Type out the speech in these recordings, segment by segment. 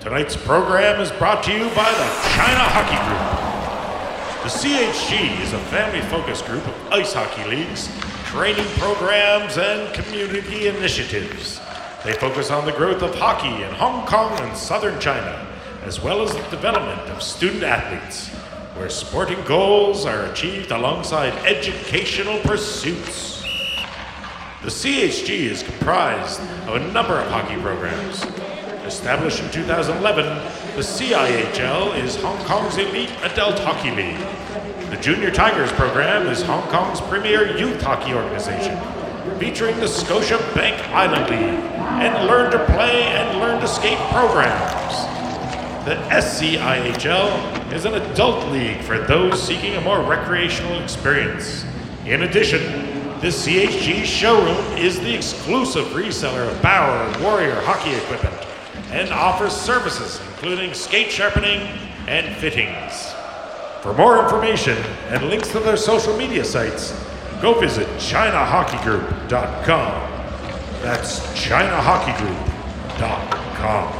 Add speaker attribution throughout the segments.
Speaker 1: Tonight's program is brought to you by the China Hockey Group. The CHG is a family focused group of ice hockey leagues, training programs, and community initiatives. They focus on the growth of hockey in Hong Kong and southern China, as well as the development of student athletes, where sporting goals are achieved alongside educational pursuits. The CHG is comprised of a number of hockey programs. Established in 2011, the CIHL is Hong Kong's elite adult hockey league. The Junior Tigers program is Hong Kong's premier youth hockey organization, featuring the Scotia Bank Island League and Learn to Play and Learn to Skate programs. The SCIHL is an adult league for those seeking a more recreational experience. In addition, the CHG showroom is the exclusive reseller of Bauer Warrior hockey equipment and offers services including skate sharpening and fittings. For more information and links to their social media sites, go visit ChinaHockeyGroup.com. That's ChinaHockeyGroup.com.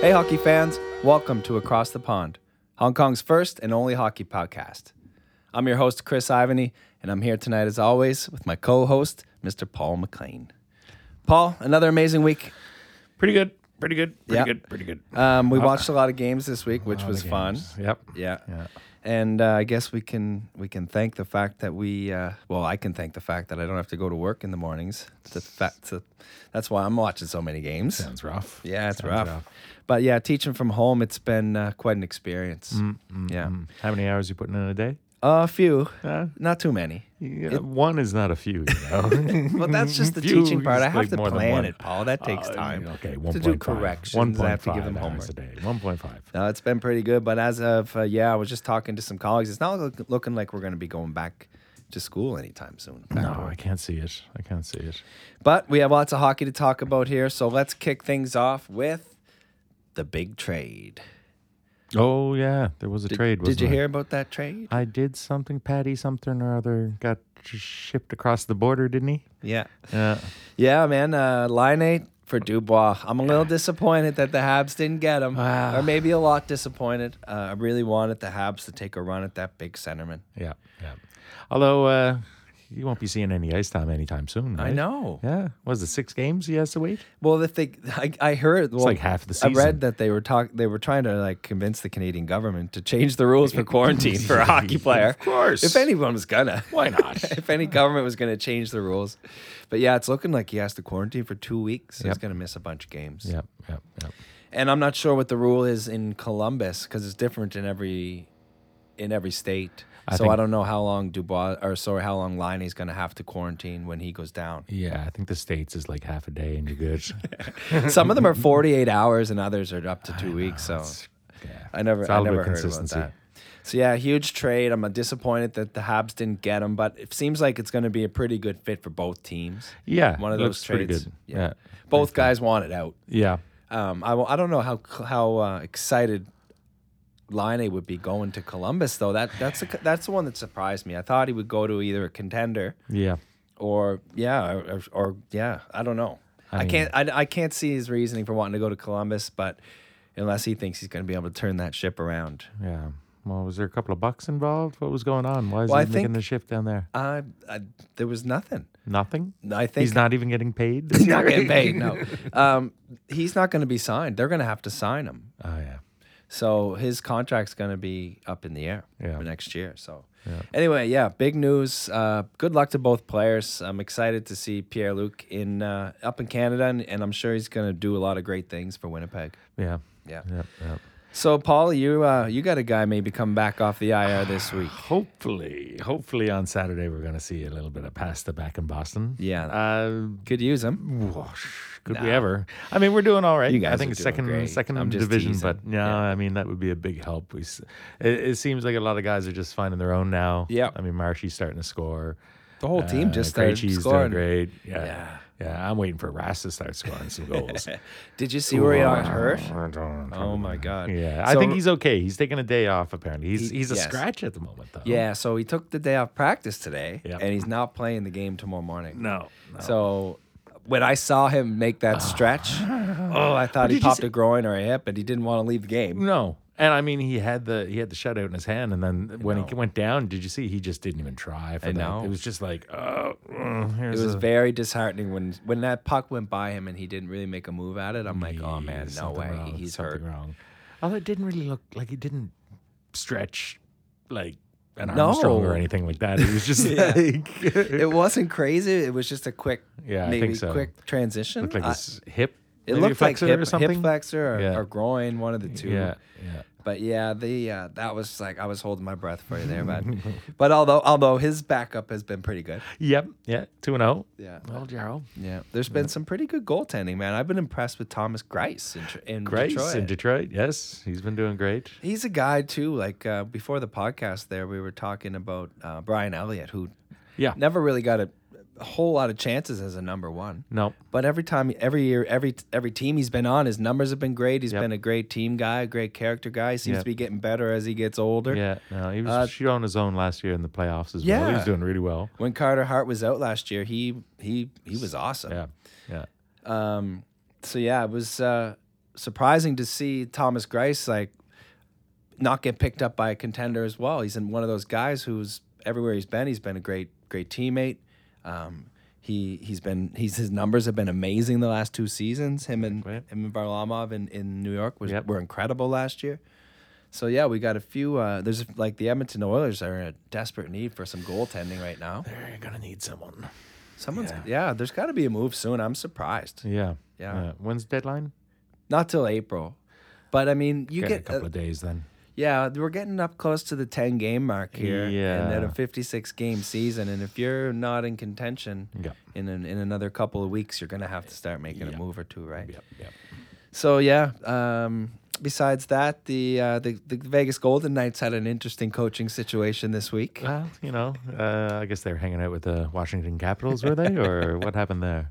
Speaker 2: Hey, hockey fans, welcome to Across the Pond, Hong Kong's first and only hockey podcast. I'm your host, Chris Ivany, and I'm here tonight, as always, with my co host, Mr. Paul McLean. Paul, another amazing week.
Speaker 3: Pretty good. Pretty good. Pretty
Speaker 2: Yeah.
Speaker 3: good. Pretty good. Uh,
Speaker 2: Um, we watched a lot of games this week, which was fun.
Speaker 3: yep.
Speaker 2: Yeah. And uh, I guess we can we can thank the fact that we uh, well I can thank the fact that I don't have to go to work in the mornings. To fa- to, that's why I'm watching so many games.
Speaker 3: Sounds rough.
Speaker 2: yeah, it's
Speaker 3: Sounds
Speaker 2: rough. But yeah, teaching from home, it's been uh, quite an experience.
Speaker 3: Mm,
Speaker 2: yeah,
Speaker 3: Hmm. How many hours you putting in a day?
Speaker 2: a few,
Speaker 3: Uh,
Speaker 2: not too many.
Speaker 3: yeah, one is not a few, you know.
Speaker 2: Well, that's just the
Speaker 3: Few
Speaker 2: teaching part. I
Speaker 3: is
Speaker 2: have
Speaker 3: like
Speaker 2: to
Speaker 3: more than
Speaker 2: plan
Speaker 3: one. Oh,
Speaker 2: it, Paul. That takes time.
Speaker 3: Uh, okay, one
Speaker 2: to
Speaker 3: point
Speaker 2: do corrections, I have to give them homework.
Speaker 3: a day. One point five.
Speaker 2: No, it's been pretty good, but as of uh, yeah, I was just talking to some colleagues. It's not look, looking like we're going to be going back to school anytime soon.
Speaker 3: No, I can't see it. I can't see it.
Speaker 2: But we have lots of hockey to talk about here, so let's kick things off with the big trade.
Speaker 3: Oh yeah, there was a trade.
Speaker 2: Did
Speaker 3: wasn't
Speaker 2: you
Speaker 3: there?
Speaker 2: hear about that trade?
Speaker 3: I did something. Patty something or other got shipped across the border, didn't he?
Speaker 2: Yeah,
Speaker 3: Yeah.
Speaker 2: yeah, man. Uh, line eight for Dubois. I'm a little disappointed that the Habs didn't get him,
Speaker 3: Ah.
Speaker 2: or maybe a lot disappointed. Uh, I really wanted the Habs to take a run at that big centerman.
Speaker 3: Yeah. Yeah. Although uh, you won't be seeing any ice time anytime soon.
Speaker 2: I
Speaker 3: right?
Speaker 2: know.
Speaker 3: Yeah. Was it six games he has to wait?
Speaker 2: Well, if they, I, I heard. Well,
Speaker 3: like half the
Speaker 2: I
Speaker 3: season.
Speaker 2: read that they were talk, they were trying to like convince the Canadian government to change the rules for quarantine for a hockey player.
Speaker 3: Of course.
Speaker 2: if anyone was gonna,
Speaker 3: Why not?
Speaker 2: if any government was gonna change the rules, but yeah, it's looking like he has to quarantine for two weeks. He's
Speaker 3: Yep.
Speaker 2: gonna miss a bunch of games.
Speaker 3: Yep, yep, yep.
Speaker 2: and I'm not sure what the rule is in Columbus because it's different in every in every state.
Speaker 3: I
Speaker 2: so
Speaker 3: think-
Speaker 2: I don't know how long Dubois or sorry how long Liney's gonna have to quarantine when he goes down.
Speaker 3: Yeah, I think the states is like half a day and you're good.
Speaker 2: Some of them are 48 hours and others are up to two weeks. So
Speaker 3: yeah.
Speaker 2: I never,
Speaker 3: It's
Speaker 2: I
Speaker 3: all about
Speaker 2: never heard about
Speaker 3: consistency.
Speaker 2: that. So yeah, huge trade. I'm uh, disappointed that the Habs didn't get him, but it seems like it's going to be a pretty good fit for both teams.
Speaker 3: Yeah,
Speaker 2: one of
Speaker 3: it
Speaker 2: those
Speaker 3: looks pretty
Speaker 2: trades.
Speaker 3: good.
Speaker 2: Yeah.
Speaker 3: Yeah.
Speaker 2: both guys want it out.
Speaker 3: yeah.
Speaker 2: Um, I, will- I don't know how cl- how uh, excited Line would be going to Columbus though. That that's the c that's the one that surprised me. I thought he would go to either a contender
Speaker 3: Yeah.
Speaker 2: or yeah, or, or, or yeah, I don't know. I,
Speaker 3: mean-
Speaker 2: can't. I, I can't see his reasoning for wanting to go to Columbus, but unless he thinks he's going to be able to turn that ship around,
Speaker 3: Yeah. Well, was there a couple of bucks involved? What was going on? Why is
Speaker 2: Well, I
Speaker 3: he making
Speaker 2: think-
Speaker 3: the shift down there?
Speaker 2: I, I there was nothing.
Speaker 3: Nothing?
Speaker 2: I think
Speaker 3: He's not even getting paid? this
Speaker 2: he's not
Speaker 3: year?
Speaker 2: getting paid. No, um, he's not going to be signed. They're going to have to sign him.
Speaker 3: Oh, yeah.
Speaker 2: So his contract's going to be up in the air
Speaker 3: Yeah.
Speaker 2: for next year. So anyway, yeah, big news. Uh, good luck to both players. I'm excited to see Pierre Luc in uh, up in Canada, and, and I'm sure he's going to do a lot of great things for Winnipeg.
Speaker 3: Yeah.
Speaker 2: Yeah.
Speaker 3: Yep, yep.
Speaker 2: So Paul, you uh, you got a guy maybe come back off the IR this week.
Speaker 3: Hopefully, hopefully on Saturday we're going to see a little bit of pasta back in Boston.
Speaker 2: Yeah.
Speaker 3: Uh,
Speaker 2: Could use him.
Speaker 3: Whoosh, could we ever? I mean, we're doing all right.
Speaker 2: guys
Speaker 3: I think
Speaker 2: are
Speaker 3: it's
Speaker 2: doing
Speaker 3: second
Speaker 2: great.
Speaker 3: second
Speaker 2: I'm just
Speaker 3: division,
Speaker 2: teasing.
Speaker 3: but no, I mean that would be a big help. We, s- it, it seems like a lot of guys are just finding their own now.
Speaker 2: Yep.
Speaker 3: I mean, Marshy's starting to score.
Speaker 2: The whole team
Speaker 3: Uh,
Speaker 2: just started
Speaker 3: Krejci's
Speaker 2: scoring.
Speaker 3: doing great. Yeah.
Speaker 2: Yeah.
Speaker 3: yeah, I'm waiting for Rass to start scoring some goals.
Speaker 2: Did you see where he got hurt?
Speaker 3: I don't-
Speaker 2: Oh my god.
Speaker 3: Yeah, I
Speaker 2: So-
Speaker 3: think he's okay. He's taking a day off apparently. He's
Speaker 2: He-
Speaker 3: he's a
Speaker 2: yes.
Speaker 3: scratch at the moment though.
Speaker 2: Yeah, so he took the day off practice today
Speaker 3: Yeah. Oh.
Speaker 2: and he's not playing the game tomorrow morning.
Speaker 3: No. no.
Speaker 2: So when I saw him make that stretch, oh, I thought he
Speaker 3: did you
Speaker 2: popped
Speaker 3: say?
Speaker 2: a groin or a hip, but he didn't want to leave the game.
Speaker 3: No. And I mean, he had the he had the shutout in his hand, and then when he went down, did you see? He just didn't even try. For
Speaker 2: I
Speaker 3: that.
Speaker 2: know.
Speaker 3: It was just like, oh, mm,
Speaker 2: It
Speaker 3: here's
Speaker 2: was
Speaker 3: a-
Speaker 2: very disheartening when when that puck went by him and he didn't really make a move at it. I'm like, oh
Speaker 3: Yeah,
Speaker 2: man, no
Speaker 3: something
Speaker 2: way,
Speaker 3: wrong,
Speaker 2: he's
Speaker 3: something
Speaker 2: hurt.
Speaker 3: Wrong. Although it didn't really look like it didn't stretch like an
Speaker 2: No.
Speaker 3: Armstrong or anything like that. It was just
Speaker 2: Yeah.
Speaker 3: like
Speaker 2: It wasn't crazy. It was just a quick,
Speaker 3: Yeah, I think
Speaker 2: maybe
Speaker 3: so.
Speaker 2: quick transition.
Speaker 3: looked like
Speaker 2: I-
Speaker 3: his hip.
Speaker 2: it
Speaker 3: maybe
Speaker 2: looked like
Speaker 3: flexor
Speaker 2: hip,
Speaker 3: or something.
Speaker 2: hip flexor or,
Speaker 3: Yeah.
Speaker 2: or groin, one of the two.
Speaker 3: Yeah, yeah.
Speaker 2: But yeah, the uh, that was like I was holding my breath for you there, but but although although his backup has been pretty good.
Speaker 3: Yep. Yeah. Two and oh. zero.
Speaker 2: Yeah.
Speaker 3: Well, Gerald.
Speaker 2: Yeah, there's been some pretty good goaltending, man. I've been impressed with Thomas Grice in, Tr- in
Speaker 3: Grace
Speaker 2: Detroit.
Speaker 3: in Detroit. Yes, he's been doing great.
Speaker 2: He's a guy too. Like uh, before the podcast, there we were talking about uh, Brian Elliott, who
Speaker 3: Yeah.
Speaker 2: never really got a, a whole lot of chances as a number one.
Speaker 3: No.
Speaker 2: But every time, every year, every every team he's been on, his numbers have been great. He's
Speaker 3: Yep.
Speaker 2: been a great team guy, a great character guy. He seems
Speaker 3: Yep.
Speaker 2: to be getting better as he gets older.
Speaker 3: Yeah, no, he was
Speaker 2: Uh,
Speaker 3: shoot on his own last year in the playoffs as well. He
Speaker 2: Yeah.
Speaker 3: was doing really well.
Speaker 2: When Carter Hart was out last year, he he he was awesome.
Speaker 3: Yeah, yeah,
Speaker 2: Um, so yeah, it was uh, surprising to see Thomas Grice like not get picked up by a contender as well. He's in one of those guys who's everywhere he's been. He's been a great great teammate. Um, he he's been he's his numbers have been amazing the last two seasons. Him and
Speaker 3: Right.
Speaker 2: him and Varlamov in, in New York was,
Speaker 3: Yep.
Speaker 2: were incredible last year. So yeah, we got a few. Uh, there's like the Edmonton Oilers are in a desperate need for some goaltending right now.
Speaker 3: You're gonna need someone.
Speaker 2: Someone's yeah there's got to be a move soon. I'm surprised.
Speaker 3: Yeah,
Speaker 2: Yeah.
Speaker 3: When's the deadline?
Speaker 2: not till April. But I mean, you
Speaker 3: Got
Speaker 2: get
Speaker 3: a couple
Speaker 2: uh,
Speaker 3: of days then.
Speaker 2: yeah, we're getting up close to the ten game mark here, and at a
Speaker 3: Yeah.
Speaker 2: fifty-six game season, and if you're not in contention
Speaker 3: Yeah.
Speaker 2: in an, in another couple of weeks, you're gonna have to start making a move or two, right?
Speaker 3: Yep, yep.
Speaker 2: So yeah. Um, besides that, the, uh, the the Vegas Golden Knights had an interesting coaching situation this week.
Speaker 3: Well, you know, uh, I guess they were hanging out with the Washington Capitals, were they, or what happened there?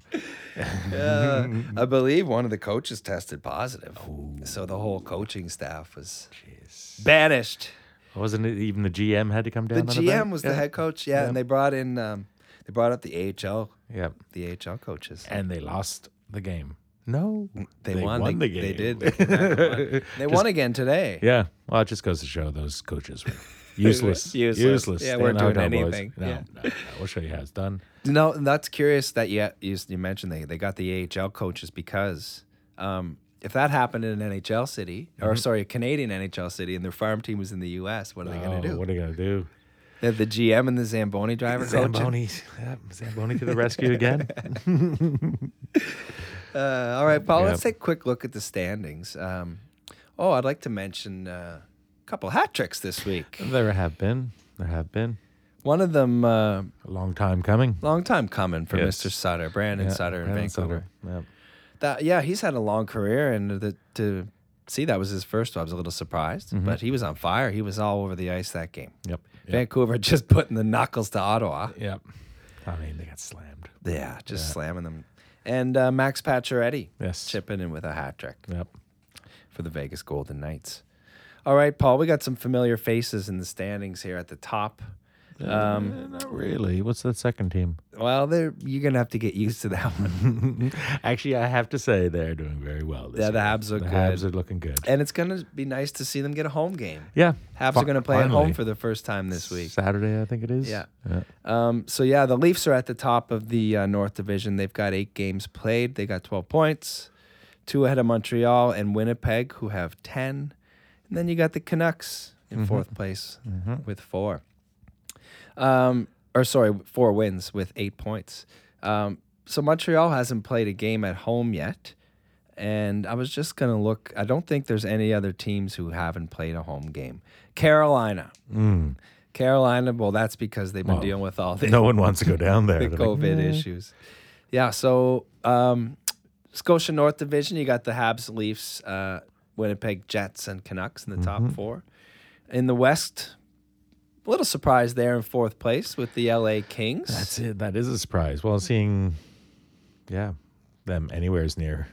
Speaker 2: Uh, I believe one of the coaches tested positive, so the whole coaching staff was
Speaker 3: Jeez.
Speaker 2: banished.
Speaker 3: Wasn't it even the GM had to come
Speaker 2: The
Speaker 3: down? on a
Speaker 2: GM
Speaker 3: bit?
Speaker 2: was
Speaker 3: Yeah.
Speaker 2: the head coach, yeah, and they brought in um, they brought up the AHL
Speaker 3: Yep.
Speaker 2: the AHL coaches.
Speaker 3: And they lost the game. No,
Speaker 2: They, won, They-
Speaker 3: the game.
Speaker 2: They did. They, came back and won. They won again today.
Speaker 3: Yeah. Well, it just goes to show those coaches were useless.
Speaker 2: Useless.
Speaker 3: Useless.
Speaker 2: Yeah,
Speaker 3: They
Speaker 2: weren't
Speaker 3: know
Speaker 2: doing
Speaker 3: how it goes.
Speaker 2: anything.
Speaker 3: No,
Speaker 2: Yeah.
Speaker 3: no, no. We'll show you how it's done.
Speaker 2: No, and that's curious that you, you you mentioned they they got the AHL coaches because um, if that happened in an NHL city or
Speaker 3: Mm-hmm.
Speaker 2: sorry a Canadian NHL city and their farm team was in the U.S., what are they going to
Speaker 3: Oh,
Speaker 2: do?
Speaker 3: What are you going to do?
Speaker 2: They have the GM and the Zamboni driver coaching.
Speaker 3: Zamboni. Yeah, Zamboni to the rescue again.
Speaker 2: Uh, all right, Paul. Let's
Speaker 3: Yep.
Speaker 2: take a quick look at the standings. Um, oh, I'd like to mention uh, a couple hat tricks this week.
Speaker 3: there have been. There have been.
Speaker 2: One of them. Uh,
Speaker 3: A long time coming.
Speaker 2: long time coming for
Speaker 3: Yes.
Speaker 2: Mr. Sutter, Brandon Sutter in
Speaker 3: Brandon
Speaker 2: Vancouver.
Speaker 3: Sutter,
Speaker 2: That yeah, he's had a long career, and the, to see that was his first. I was a little surprised, but he was on fire. He was all over the ice that game.
Speaker 3: Yep. Mm-hmm. Yep.
Speaker 2: Vancouver just putting the knuckles to Ottawa.
Speaker 3: Yep. I mean, they got slammed.
Speaker 2: Yeah, just slamming them. And uh, Max Pacioretty,
Speaker 3: Yes.
Speaker 2: chipping in with a hat trick
Speaker 3: Yep.
Speaker 2: for the Vegas Golden Knights. All right, Paul, we got some familiar faces in the standings here at the top.
Speaker 3: Um, not really. What's the second team?
Speaker 2: Well, they're, you're gonna have to get used to that one.
Speaker 3: Actually, I have to say they're doing very well. This
Speaker 2: Yeah, the
Speaker 3: year.
Speaker 2: Habs look
Speaker 3: the
Speaker 2: good.
Speaker 3: Habs are looking good.
Speaker 2: and it's gonna be nice to see them get a home game.
Speaker 3: Yeah.
Speaker 2: Habs
Speaker 3: Fi-
Speaker 2: are going to play at
Speaker 3: finally.
Speaker 2: home for the first time this week.
Speaker 3: Saturday, I think it is.
Speaker 2: Yeah.
Speaker 3: yeah.
Speaker 2: Um, so yeah, the Leafs are at the top of the uh, North Division. They've got eight games played. They got twelve points, two ahead of Montreal and Winnipeg, who have ten. And then you got the Canucks
Speaker 3: Mm-hmm.
Speaker 2: in fourth place with four. Um, or sorry, four wins with eight points. Um, so Montreal hasn't played a game at home yet. And I was just gonna look. I don't think there's any other teams who haven't played a home game. Carolina, Carolina. Well, that's because they've been
Speaker 3: Mm. Well,
Speaker 2: dealing with all the
Speaker 3: no one wants to go down there.
Speaker 2: the
Speaker 3: They're like,
Speaker 2: COVID issues. Yeah. So um, Scotia North Division, you got the Habs, Leafs, uh, Winnipeg Jets, and Canucks in the
Speaker 3: Mm-hmm.
Speaker 2: top four. In the West, a little surprise there in fourth place with the LA Kings.
Speaker 3: That's it. That is a surprise. Well, seeing, yeah, them anywhere is near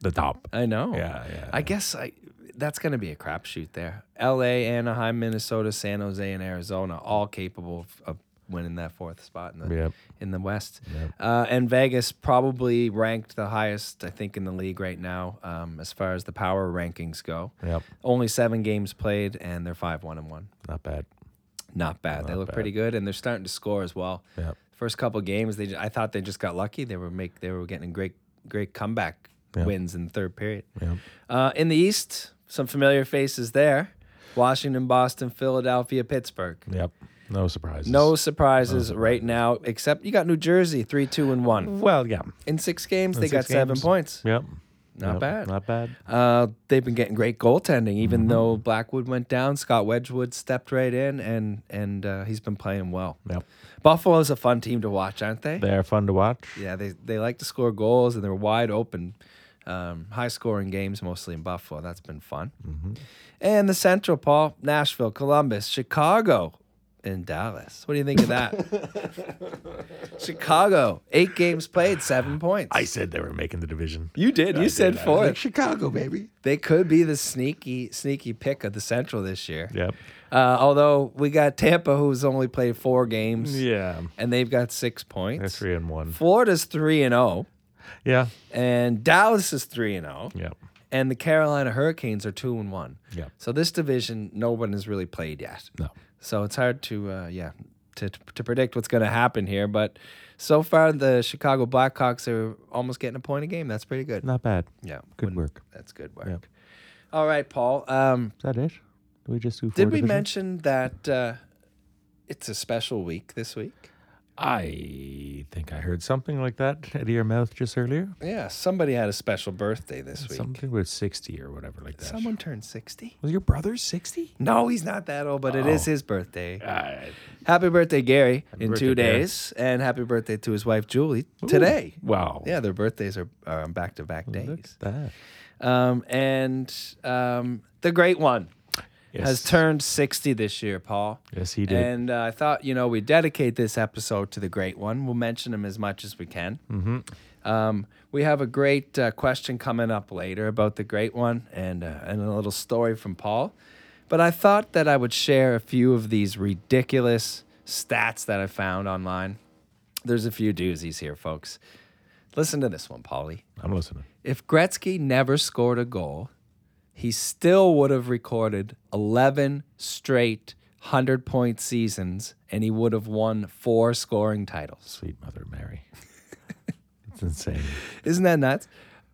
Speaker 3: the top.
Speaker 2: I know.
Speaker 3: Yeah, yeah.
Speaker 2: Oh, I guess I. That's going to be a crapshoot there. L.A., Anaheim, Minnesota, San Jose, and Arizona, all capable of, of winning that fourth spot in the
Speaker 4: Yep.
Speaker 2: in the West. Uh, and Vegas probably ranked the highest, I think, in the league right now um, as far as the power rankings go.
Speaker 4: Yep.
Speaker 2: Only seven games played, and they're five one and one.
Speaker 4: Not bad.
Speaker 2: Not bad. they look pretty good, and they're starting to score as well.
Speaker 4: Yep.
Speaker 2: First couple games, they ju- I thought they just got lucky. They were make they were getting great great comeback wins in the third period.
Speaker 4: Yep.
Speaker 2: Uh, in the East, some familiar faces there: Washington, Boston, Philadelphia, Pittsburgh.
Speaker 4: Yep. No surprises.
Speaker 2: No surprises right now, except you got New Jersey three, two, and one
Speaker 4: Well, yeah.
Speaker 2: in six games. they
Speaker 4: six
Speaker 2: got seven
Speaker 4: games.
Speaker 2: points.
Speaker 4: Yep.
Speaker 2: Not
Speaker 4: Yep.
Speaker 2: bad.
Speaker 4: Not bad.
Speaker 2: Uh, they've been getting great goaltending, even though Blackwood went down. Scott Wedgwood stepped right in, and and uh, he's been playing well.
Speaker 4: Yep.
Speaker 2: Buffalo's a fun team to watch, aren't they?
Speaker 4: They're fun to watch.
Speaker 2: yeah, they they like to score goals, and they're wide open, um, high scoring games mostly in Buffalo. That's been fun.
Speaker 4: Mm-hmm.
Speaker 2: And the Central, Paul, Nashville, Columbus, Chicago, and Dallas. What do you think of that? Chicago, eight games played, seven points.
Speaker 4: I said they were making the division.
Speaker 2: you did. You said
Speaker 4: I was
Speaker 2: four.
Speaker 4: like, Chicago, baby.
Speaker 2: They could be the sneaky, sneaky pick of the Central this year.
Speaker 4: Yep.
Speaker 2: Uh, although we got Tampa, who's only played four games,
Speaker 4: Yeah.
Speaker 2: and they've got six points.
Speaker 4: They're three and one.
Speaker 2: Florida's three and oh. zero,
Speaker 4: Yeah.
Speaker 2: and Dallas is three and zero,
Speaker 4: Yep.
Speaker 2: and the Carolina Hurricanes are two and one.
Speaker 4: Yep.
Speaker 2: So this division, no one has really played yet.
Speaker 4: No.
Speaker 2: So it's hard to, uh, yeah, to to predict what's going to happen here. But so far, the Chicago Blackhawks are almost getting a point a game. That's pretty good.
Speaker 4: Not bad.
Speaker 2: Yeah, wouldn't-
Speaker 4: Good work.
Speaker 2: That's good work. All right, Paul. Um,
Speaker 4: Is that it? Did we just do four
Speaker 2: Did we
Speaker 4: divisions?
Speaker 2: mention that uh, it's a special week this week?
Speaker 4: I think I heard something like that out of your mouth just earlier.
Speaker 2: Yeah, somebody had a special birthday this week.
Speaker 4: Something with 60 or whatever like that.
Speaker 2: Someone turned 60.
Speaker 4: Was your brother 60?
Speaker 2: No, he's not that old, but it
Speaker 4: Oh.
Speaker 2: is his birthday.
Speaker 4: Uh,
Speaker 2: Happy birthday, Gary, in
Speaker 4: birthday,
Speaker 2: two
Speaker 4: Gary.
Speaker 2: days. And happy birthday to his wife, Julie, today.
Speaker 4: wow.
Speaker 2: Yeah, their birthdays are are on back to back
Speaker 4: Look
Speaker 2: days.
Speaker 4: at that.
Speaker 2: Um, and um, the great one has
Speaker 4: Yes.
Speaker 2: turned 60 this year, Paul.
Speaker 4: Yes, he did.
Speaker 2: And uh, I thought, you know, we dedicate this episode to the great one. We'll mention him as much as we can. Mm-hmm. Um, we have a great uh, question coming up later about the great one and, uh, and a little story from Paul. But I thought that I would share a few of these ridiculous stats that I found online. There's a few doozies here, folks. Listen to this one, Paulie.
Speaker 4: I'm listening.
Speaker 2: If Gretzky never scored a goal, he still would have recorded 11 straight 100 point seasons and he would have won four scoring titles.
Speaker 4: Sweet Mother Mary. it's insane.
Speaker 2: Isn't that nuts?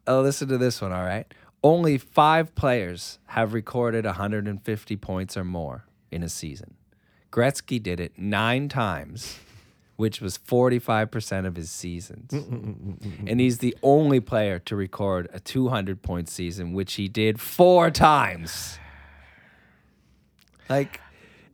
Speaker 2: Uh, listen to this one, all right? Only five players have recorded 150 points or more in a season. Gretzky did it nine times, which was 45% of his seasons. and he's the only player to record a 200 point season, which he did four times. Like,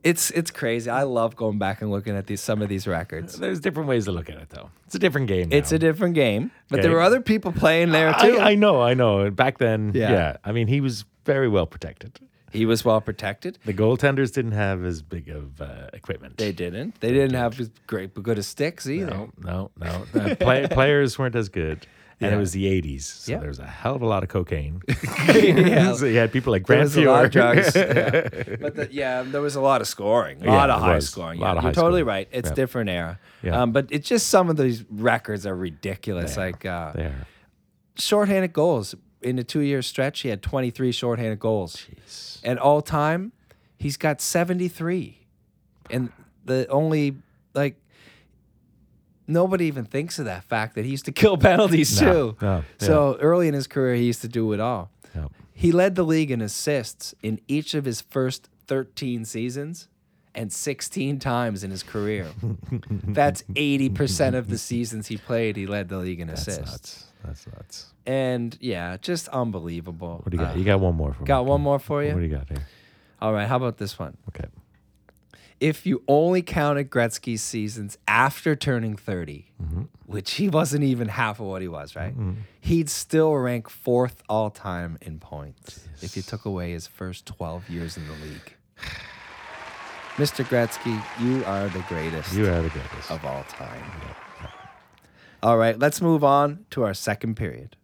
Speaker 2: it's it's crazy. I love going back and looking at these some of these records.
Speaker 4: There's different ways to look at it, though. It's a different game.
Speaker 2: It's a different game, but there
Speaker 4: Okay.
Speaker 2: were other people playing there
Speaker 4: I,
Speaker 2: too.
Speaker 4: I know, I know. Back then,
Speaker 2: Yeah.
Speaker 4: yeah. I mean, he was very well protected.
Speaker 2: He was well protected.
Speaker 4: The goaltenders didn't have as big of uh, equipment.
Speaker 2: They didn't. They didn't have as great but good as sticks either.
Speaker 4: No, no, no. Uh, play, players weren't as good. And
Speaker 2: Yeah.
Speaker 4: it was the 80s. So
Speaker 2: Yeah.
Speaker 4: there was a hell of a lot of cocaine.
Speaker 2: Yeah.
Speaker 4: so you had people like
Speaker 2: There
Speaker 4: Grant
Speaker 2: was a lot of
Speaker 4: Fuhr.
Speaker 2: drugs. yeah. But the, yeah, there was a lot of scoring, a
Speaker 4: Yeah,
Speaker 2: lot of
Speaker 4: there
Speaker 2: high
Speaker 4: was.
Speaker 2: scoring.
Speaker 4: A
Speaker 2: Yeah,
Speaker 4: lot of
Speaker 2: You're
Speaker 4: high
Speaker 2: totally
Speaker 4: scoring.
Speaker 2: right. It's
Speaker 4: Yeah.
Speaker 2: different era.
Speaker 4: Yeah.
Speaker 2: Um, but it's just some of these records are ridiculous. Like uh,
Speaker 4: There.
Speaker 2: shorthanded goals in a two-year stretch, he had 23 shorthanded goals, and all time, he's got 73, and the only like. Nobody even thinks of that fact that he used to kill penalties
Speaker 4: No,
Speaker 2: too.
Speaker 4: no, yeah.
Speaker 2: So early in his career, he used to do it all.
Speaker 4: No.
Speaker 2: He led the league in assists in each of his first 13 seasons and 16 times in his career. That's 80% of the seasons he played, he led the league in
Speaker 4: That's
Speaker 2: assists.
Speaker 4: nuts. That's nuts.
Speaker 2: And yeah, just unbelievable.
Speaker 4: What do you got?
Speaker 2: Uh,
Speaker 4: you got one more for me.
Speaker 2: got one more for
Speaker 4: What do
Speaker 2: you?
Speaker 4: you got here?
Speaker 2: All right, how about this one?
Speaker 4: Okay.
Speaker 2: If you only counted Gretzky's seasons after turning 30,
Speaker 4: Mm-hmm.
Speaker 2: which he wasn't even half of what he was, right? He'd still rank fourth all time in points if you took away his first 12 years in the league. Mr. Gretzky, you are the greatest
Speaker 4: You are the greatest.
Speaker 2: of all time. All right, let's move on to our second period.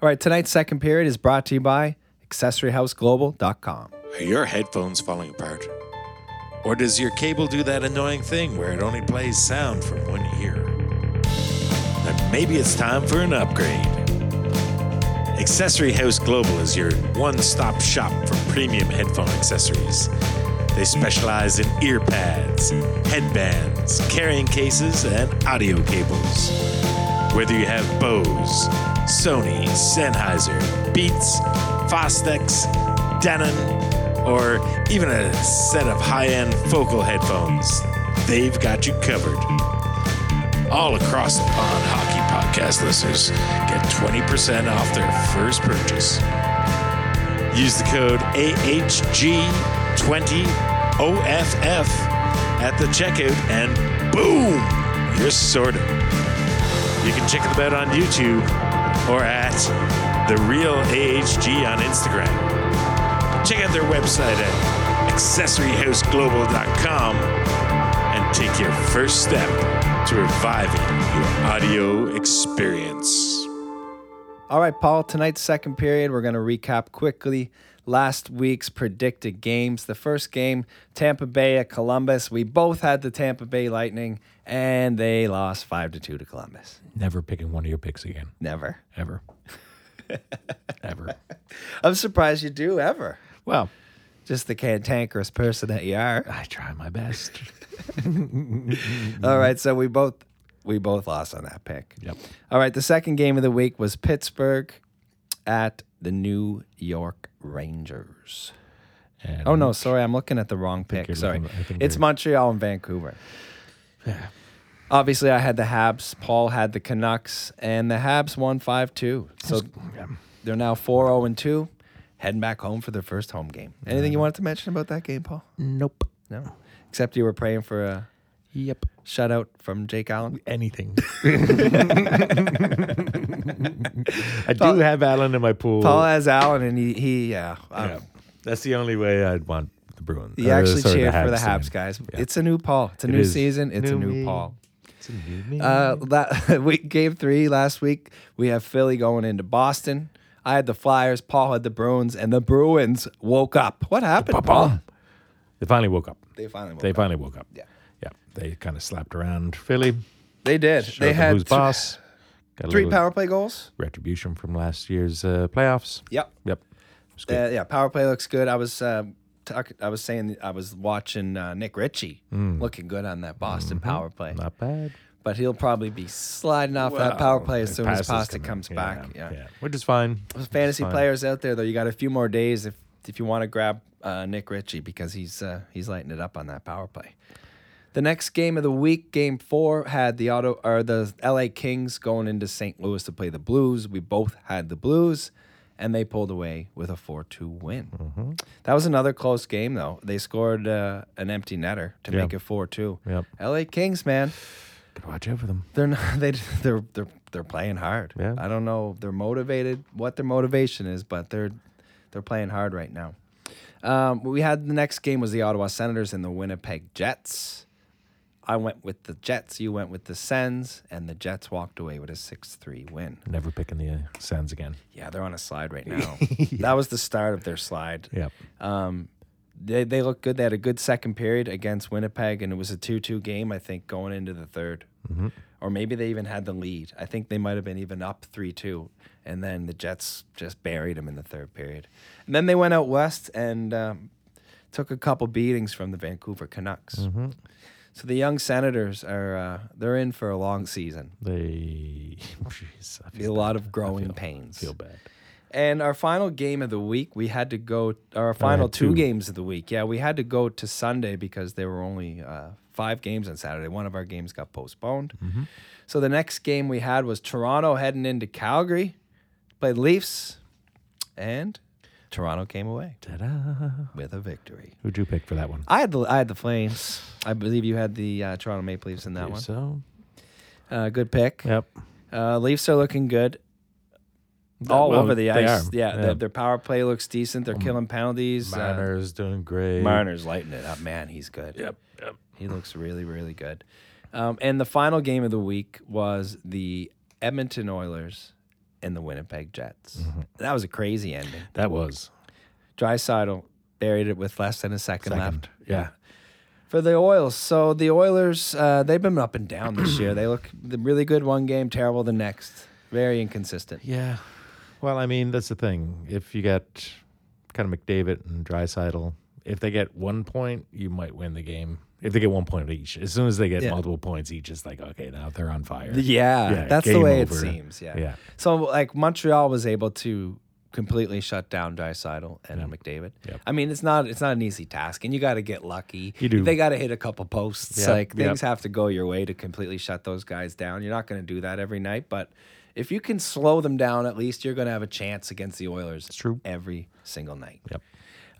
Speaker 2: All right, tonight's second period is brought to you by accessoryhouseglobal.com.
Speaker 3: Are your headphones falling apart? Or does your cable do that annoying thing where it only plays sound from one ear? Then maybe it's time for an upgrade. Accessory House Global is your one stop shop for premium headphone accessories. They specialize in ear pads, headbands, carrying cases, and audio cables. Whether you have Bose, Sony, Sennheiser, Beats, Fostex, Denon, or even a set of high end focal headphones, they've got you covered. All across the pond, hockey podcast listeners get 20% off their first purchase. Use the code AHG20OFF at the checkout, and boom, you're sorted. You can check them out on YouTube or at The Real AHG on Instagram. Check out their website at accessoryhouseglobal.com and take your first step to reviving your audio experience.
Speaker 2: All right, Paul, tonight's second period, we're going to recap quickly last week's predicted games. The first game, Tampa Bay at Columbus. We both had the Tampa Bay Lightning, and they lost 5 to 2 to Columbus.
Speaker 4: Never picking one of your picks again.
Speaker 2: Never.
Speaker 4: Ever. Ever.
Speaker 2: I'm surprised you do ever.
Speaker 4: Well,
Speaker 2: Just the cantankerous person that you are.
Speaker 4: I try my best.
Speaker 2: All right, so we both we both lost on that pick.
Speaker 4: Yep.
Speaker 2: All right, the second game of the week was Pittsburgh at the New York Rangers.
Speaker 4: And
Speaker 2: Oh no, sorry, I'm looking at the wrong pick.
Speaker 4: you're
Speaker 2: Sorry,
Speaker 4: looking- I think
Speaker 2: it's
Speaker 4: you're-
Speaker 2: Montreal and Vancouver. Obviously, I had the Habs. Paul had the Canucks, and the Habs won five two. So they're now four zero and two, heading back home for their first home game. Anything you wanted to mention about that game, Paul?
Speaker 4: Nope.
Speaker 2: No, except you were praying for a
Speaker 4: Yep.
Speaker 2: shutout from Jake Allen.
Speaker 4: Anything. I do have Allen in my pool.
Speaker 2: Paul has Allen, and he he yeah. I
Speaker 4: Yeah.
Speaker 2: don't-
Speaker 4: That's the only way I'd want the Bruins.
Speaker 2: He
Speaker 4: or,
Speaker 2: actually
Speaker 4: sorry,
Speaker 2: cheered for the
Speaker 4: to
Speaker 2: Habs,
Speaker 4: win.
Speaker 2: guys.
Speaker 4: Yeah.
Speaker 2: It's a new Paul. It's a
Speaker 4: It
Speaker 2: new
Speaker 4: is.
Speaker 2: season. It's a
Speaker 4: New
Speaker 2: new
Speaker 4: me.
Speaker 2: Paul.
Speaker 4: It's a new me.
Speaker 2: Uh, that week game three last week, we have Philly going into Boston. I had the Flyers, Paul had the Bruins, and the Bruins woke up. What happened, Paul?
Speaker 4: they finally woke up.
Speaker 2: They finally woke
Speaker 4: They
Speaker 2: up.
Speaker 4: finally woke up.
Speaker 2: Yeah.
Speaker 4: Yeah. They kind of slapped around Philly.
Speaker 2: They did.
Speaker 4: showed
Speaker 2: they
Speaker 4: them
Speaker 2: had
Speaker 4: who's
Speaker 2: th-
Speaker 4: boss. Got a
Speaker 2: three
Speaker 4: little
Speaker 2: power play goals.
Speaker 4: retribution from last year's uh, playoffs.
Speaker 2: Yep.
Speaker 4: Yep. It was good.
Speaker 2: Uh, yeah, power play looks good. I was uh, talk- I was saying I was watching uh, Nick Ritchie looking good on that Boston power play,
Speaker 4: Mm. Mm-hmm. Not bad.
Speaker 2: but he'll probably be sliding off that power play as soon as
Speaker 4: Passes
Speaker 2: Pasta
Speaker 4: coming.
Speaker 2: comes
Speaker 4: Yeah,
Speaker 2: back. yeah.
Speaker 4: Which is fine.
Speaker 2: Those fantasy
Speaker 4: fine.
Speaker 2: players out there, though, you got a few more days if if you want to grab uh, Nick Ritchie because he's uh, he's lighting it up on that power play. The next game of the week, Game Four, had the auto or the L.A. Kings going into St. Louis to play the Blues. We both had the Blues, and they pulled away with a four-two win.
Speaker 4: Mm-hmm.
Speaker 2: That was another close game, though. They scored uh, an empty netter to
Speaker 4: Yeah.
Speaker 2: make it four-two.
Speaker 4: Yep.
Speaker 2: L.A. Kings, man,
Speaker 4: Gotta watch out for them.
Speaker 2: they're not they they're they're they're playing hard.
Speaker 4: Yeah.
Speaker 2: I don't know they're motivated what their motivation is, but they're they're playing hard right now. Um, we had the next game was the Ottawa Senators and the Winnipeg Jets. I went with the Jets, you went with the Sens, and the Jets walked away with a six three win.
Speaker 4: Never picking the uh, Sens again.
Speaker 2: Yeah, they're on a slide right now. That was the start of their slide.
Speaker 4: Yep.
Speaker 2: They they looked good. They had a good second period against Winnipeg, and it was a two two game. I think going into the 3rd
Speaker 4: Mm-hmm.
Speaker 2: or maybe they even had the lead. I think they might have been even up three two, and then the Jets just buried them in the third period. And then they went out west and um, took a couple beatings from the Vancouver Canucks.
Speaker 4: Mm-hmm.
Speaker 2: So the young Senators are uh, they're in for a long season.
Speaker 4: They. Jeez, I
Speaker 2: Be a
Speaker 4: feel,
Speaker 2: lot of growing pains.
Speaker 4: feel bad.
Speaker 2: And our final game of the week, we had to go. Our final two.
Speaker 4: two.
Speaker 2: games of the week, yeah, we had to go to Sunday because there were only uh, five games on Saturday. One of our games got postponed. So the next game we had was Toronto heading into Calgary, played Leafs, and Toronto came away
Speaker 4: Ta-da.
Speaker 2: with a victory.
Speaker 4: Who'd you pick for that one?
Speaker 2: I had the I had the Flames. I believe you had the uh, Toronto Maple Leafs in that one.
Speaker 4: So.
Speaker 2: Uh, good pick.
Speaker 4: Yep.
Speaker 2: Uh, Leafs are looking good. All
Speaker 4: well,
Speaker 2: over the
Speaker 4: they
Speaker 2: ice.
Speaker 4: are.
Speaker 2: Yeah,
Speaker 4: Yeah. Um,
Speaker 2: Their, their power play looks decent. They're killing penalties. Uh,
Speaker 4: Miner's doing great.
Speaker 2: Marner's lighting it up. Man, he's good.
Speaker 4: Yep. Yep.
Speaker 2: He looks really, really good. Um, and the final game of the week was the Edmonton Oilers and the Winnipeg Jets.
Speaker 4: Mm-hmm.
Speaker 2: That was a crazy ending.
Speaker 4: That was.
Speaker 2: Drysidle buried it with less than a second, left.
Speaker 4: Yeah.
Speaker 2: for the Oils. So the Oilers, uh, they've been up and down this year. They look really good one game, terrible the next. Very inconsistent.
Speaker 4: Yeah. Well, I mean, that's the thing. If you get kind of McDavid and Drysidle, if they get one point, you might win the game. If they get one point each, as soon as they get
Speaker 2: Yeah.
Speaker 4: multiple points each, it's like, okay, now they're on fire.
Speaker 2: Yeah,
Speaker 4: Yeah,
Speaker 2: that's the
Speaker 4: game
Speaker 2: way it
Speaker 4: over.
Speaker 2: seems. Yeah.
Speaker 4: Yeah.
Speaker 2: So like Montreal was able to completely shut down Dreisaitl and McDavid.
Speaker 4: Yep.
Speaker 2: I mean, it's not it's not an easy task, and you got to get lucky.
Speaker 4: You do.
Speaker 2: They got to hit a couple posts.
Speaker 4: Yep,
Speaker 2: Like
Speaker 4: yep.
Speaker 2: things have to go your way to completely shut those guys down. You're not going to do that every night, but if you can slow them down, at least you're going to have a chance against the Oilers. It's
Speaker 4: true.
Speaker 2: every single night.
Speaker 4: Yep.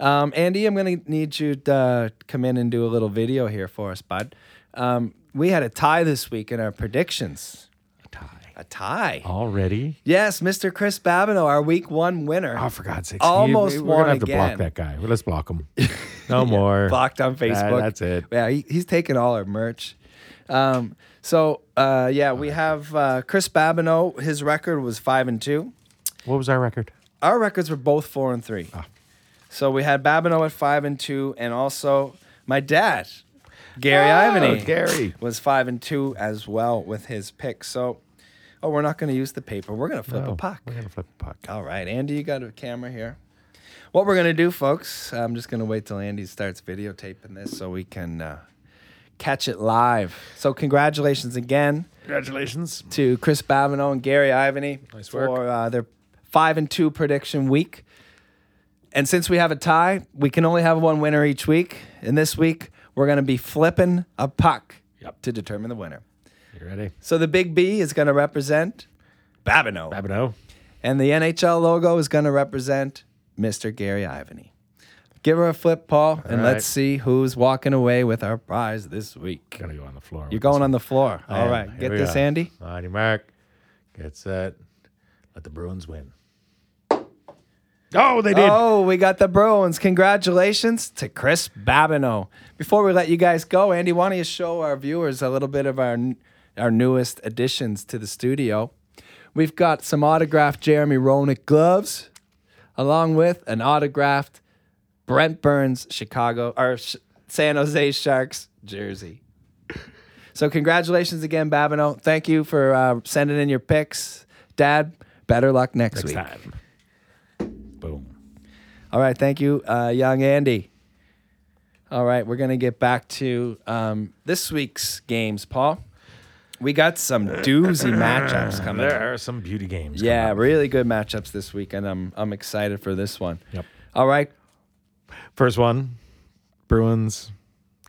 Speaker 2: Um, Andy, I'm going to need you to uh, come in and do a little video here for us, bud. Um, we had a tie this week in our predictions.
Speaker 4: Tie.
Speaker 2: A tie.
Speaker 4: Oh. Already?
Speaker 2: Yes, Mr. Chris Babineau, our week one winner.
Speaker 4: Oh, for God's sake.
Speaker 2: Almost
Speaker 4: We're
Speaker 2: won
Speaker 4: to have to
Speaker 2: again.
Speaker 4: block that guy. Well, let's block him. No more.
Speaker 2: Blocked on
Speaker 4: That-
Speaker 2: Facebook.
Speaker 4: that's it.
Speaker 2: Yeah, he, he's taking all our merch. Um, so uh, yeah, we have uh, Chris Babineau. His record was five and two.
Speaker 4: What was our record?
Speaker 2: Our records were both four and three.
Speaker 4: Ah.
Speaker 2: So we had Babineau at five and two, and also my dad, Gary Ivany,
Speaker 4: Oh, Gary.
Speaker 2: was five and two as well with his pick. So, oh, we're not going to use the paper. We're going to flip a
Speaker 4: Oh,
Speaker 2: puck.
Speaker 4: We're going to flip a puck.
Speaker 2: All right, Andy, you got a camera here. What we're gonna do, folks? I'm just gonna wait till Andy starts videotaping this so we can uh, catch it live. So congratulations again
Speaker 4: Congratulations.
Speaker 2: to Chris Babineau and Gary Ivany
Speaker 4: Nice work.
Speaker 2: for uh, their five and two prediction week. And since we have a tie, we can only have one winner each week. And this week, we're gonna be flipping a puck
Speaker 4: Yep.
Speaker 2: to determine the winner.
Speaker 4: You ready?
Speaker 2: So the big B is gonna represent Babineau.
Speaker 4: Babineau.
Speaker 2: And the NHL logo is going to represent Mr. Gary Ivany. Give her a flip, Paul, and
Speaker 4: right.
Speaker 2: let's see who's walking away with our prize this week.
Speaker 4: Gotta go on the floor.
Speaker 2: You're going on the floor. All right. Get this, Andy.
Speaker 4: On your mark. Get set. Let the Bruins win. Oh, they did.
Speaker 2: Oh, we got the Bruins. Congratulations to Chris Babineau. Before we let you guys go, Andy, why don't you show our viewers a little bit of our our newest additions to the studio? We've got some autographed Jeremy Roenick gloves, along with an autographed Brent Burns Chicago or Sh- San Jose Sharks jersey. So congratulations again, Babineau. Thank you for uh, sending in your picks, Dad. Better luck next,
Speaker 4: Next
Speaker 2: week.
Speaker 4: time. Boom.
Speaker 2: All right, thank you, uh, young Andy. All right, we're gonna get back to um, this week's games, Paul. We got some doozy matchups coming. up.
Speaker 4: There are some beauty games. coming
Speaker 2: Yeah,
Speaker 4: up.
Speaker 2: really good matchups this week, and I'm I'm excited for this one.
Speaker 4: Yep.
Speaker 2: All right,
Speaker 4: First one Bruins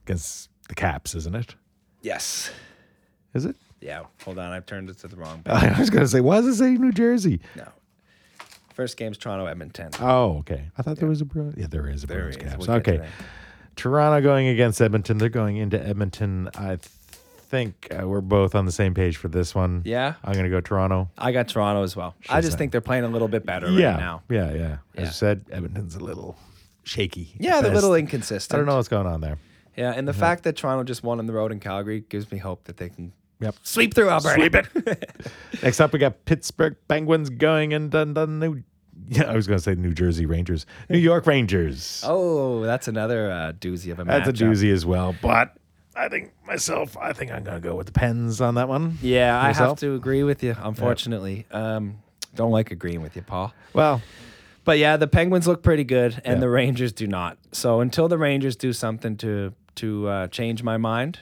Speaker 4: against the Caps, isn't it?
Speaker 2: yes,
Speaker 4: Is it?
Speaker 2: yeah. Hold on, I've turned it to the wrong. Page.
Speaker 4: I was going to say, why does it say New Jersey?
Speaker 2: No, first game's Toronto Edmonton.
Speaker 4: Oh, okay. I thought there was a Bruins. Yeah, there is a Bruins
Speaker 2: is.
Speaker 4: Caps.
Speaker 2: We'll get to
Speaker 4: okay.
Speaker 2: that.
Speaker 4: Toronto going against Edmonton. They're going into Edmonton. I th- think uh, we're both on the same page for this one.
Speaker 2: Yeah.
Speaker 4: I'm going to go Toronto.
Speaker 2: I got Toronto as well. I just
Speaker 4: Shazam.
Speaker 2: think they're playing a little bit better
Speaker 4: yeah.
Speaker 2: right now.
Speaker 4: Yeah, yeah. As
Speaker 2: Yeah.
Speaker 4: you said, Edmonton's a little shaky. at
Speaker 2: Yeah, they're a
Speaker 4: best.
Speaker 2: little
Speaker 4: I
Speaker 2: inconsistent.
Speaker 4: don't know Uh-huh. what's going on there.
Speaker 2: Yeah, and the fact that Toronto just won on the road in Calgary gives me hope that they can
Speaker 4: Yep.
Speaker 2: sweep through Alberta.
Speaker 4: Sweep it. Next up, we got Pittsburgh Penguins going and done done New. Yeah, I was going to say New Jersey Rangers, New York Rangers.
Speaker 2: Oh, that's another uh, doozy of a match.
Speaker 4: That's a doozy as well. But I think myself, I think I'm going to go with the Pens on that one.
Speaker 2: Yeah, I have
Speaker 4: Yourself?
Speaker 2: to agree with you, unfortunately. Um, don't like agreeing with you, Paul.
Speaker 4: Well,
Speaker 2: But yeah, the Penguins look pretty good, and
Speaker 4: Yeah.
Speaker 2: the Rangers do not. So until the Rangers do something to to uh, change my mind,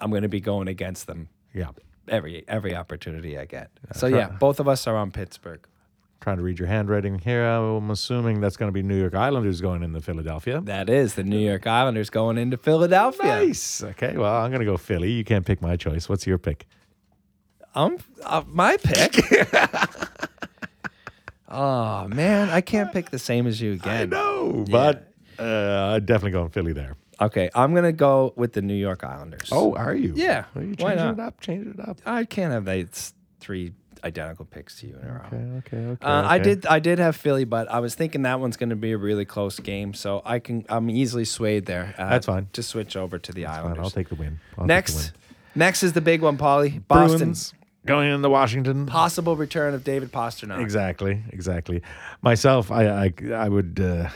Speaker 2: I'm going to be going against them
Speaker 4: yeah.
Speaker 2: every every opportunity I get. so yeah, both of us are on Pittsburgh.
Speaker 4: Trying to read your handwriting here. I'm assuming that's going to be New York Islanders going into Philadelphia.
Speaker 2: That is the New York Islanders going into Philadelphia.
Speaker 4: Nice. Okay. Well, I'm going to go Philly. You can't pick my choice. What's your pick?
Speaker 2: Um, uh, my pick. oh man, I can't pick the same as you again.
Speaker 4: No, but uh, I'm definitely going Philly there.
Speaker 2: Okay, I'm gonna go with the New York Islanders.
Speaker 4: Oh, are you?
Speaker 2: Yeah,
Speaker 4: Well, you
Speaker 2: why
Speaker 4: changing
Speaker 2: not?
Speaker 4: it up? Change it up.
Speaker 2: I can't have that. It's three identical picks to you in a row.
Speaker 4: Okay. Okay. Okay.
Speaker 2: Uh, I
Speaker 4: okay.
Speaker 2: did. I did have Philly, but I was thinking that one's going to be a really close game, so I can. I'm easily swayed there. Uh,
Speaker 4: That's fine.
Speaker 2: To switch over to the
Speaker 4: Fine,
Speaker 2: Islanders.
Speaker 4: I'll take the win. I'll take the
Speaker 2: next.
Speaker 4: win.
Speaker 2: Next is the big one, Paulie. Boston.
Speaker 4: Bruins going into Washington.
Speaker 2: Possible return of David Pasternak.
Speaker 4: Exactly, exactly. Myself, I I, I would uh,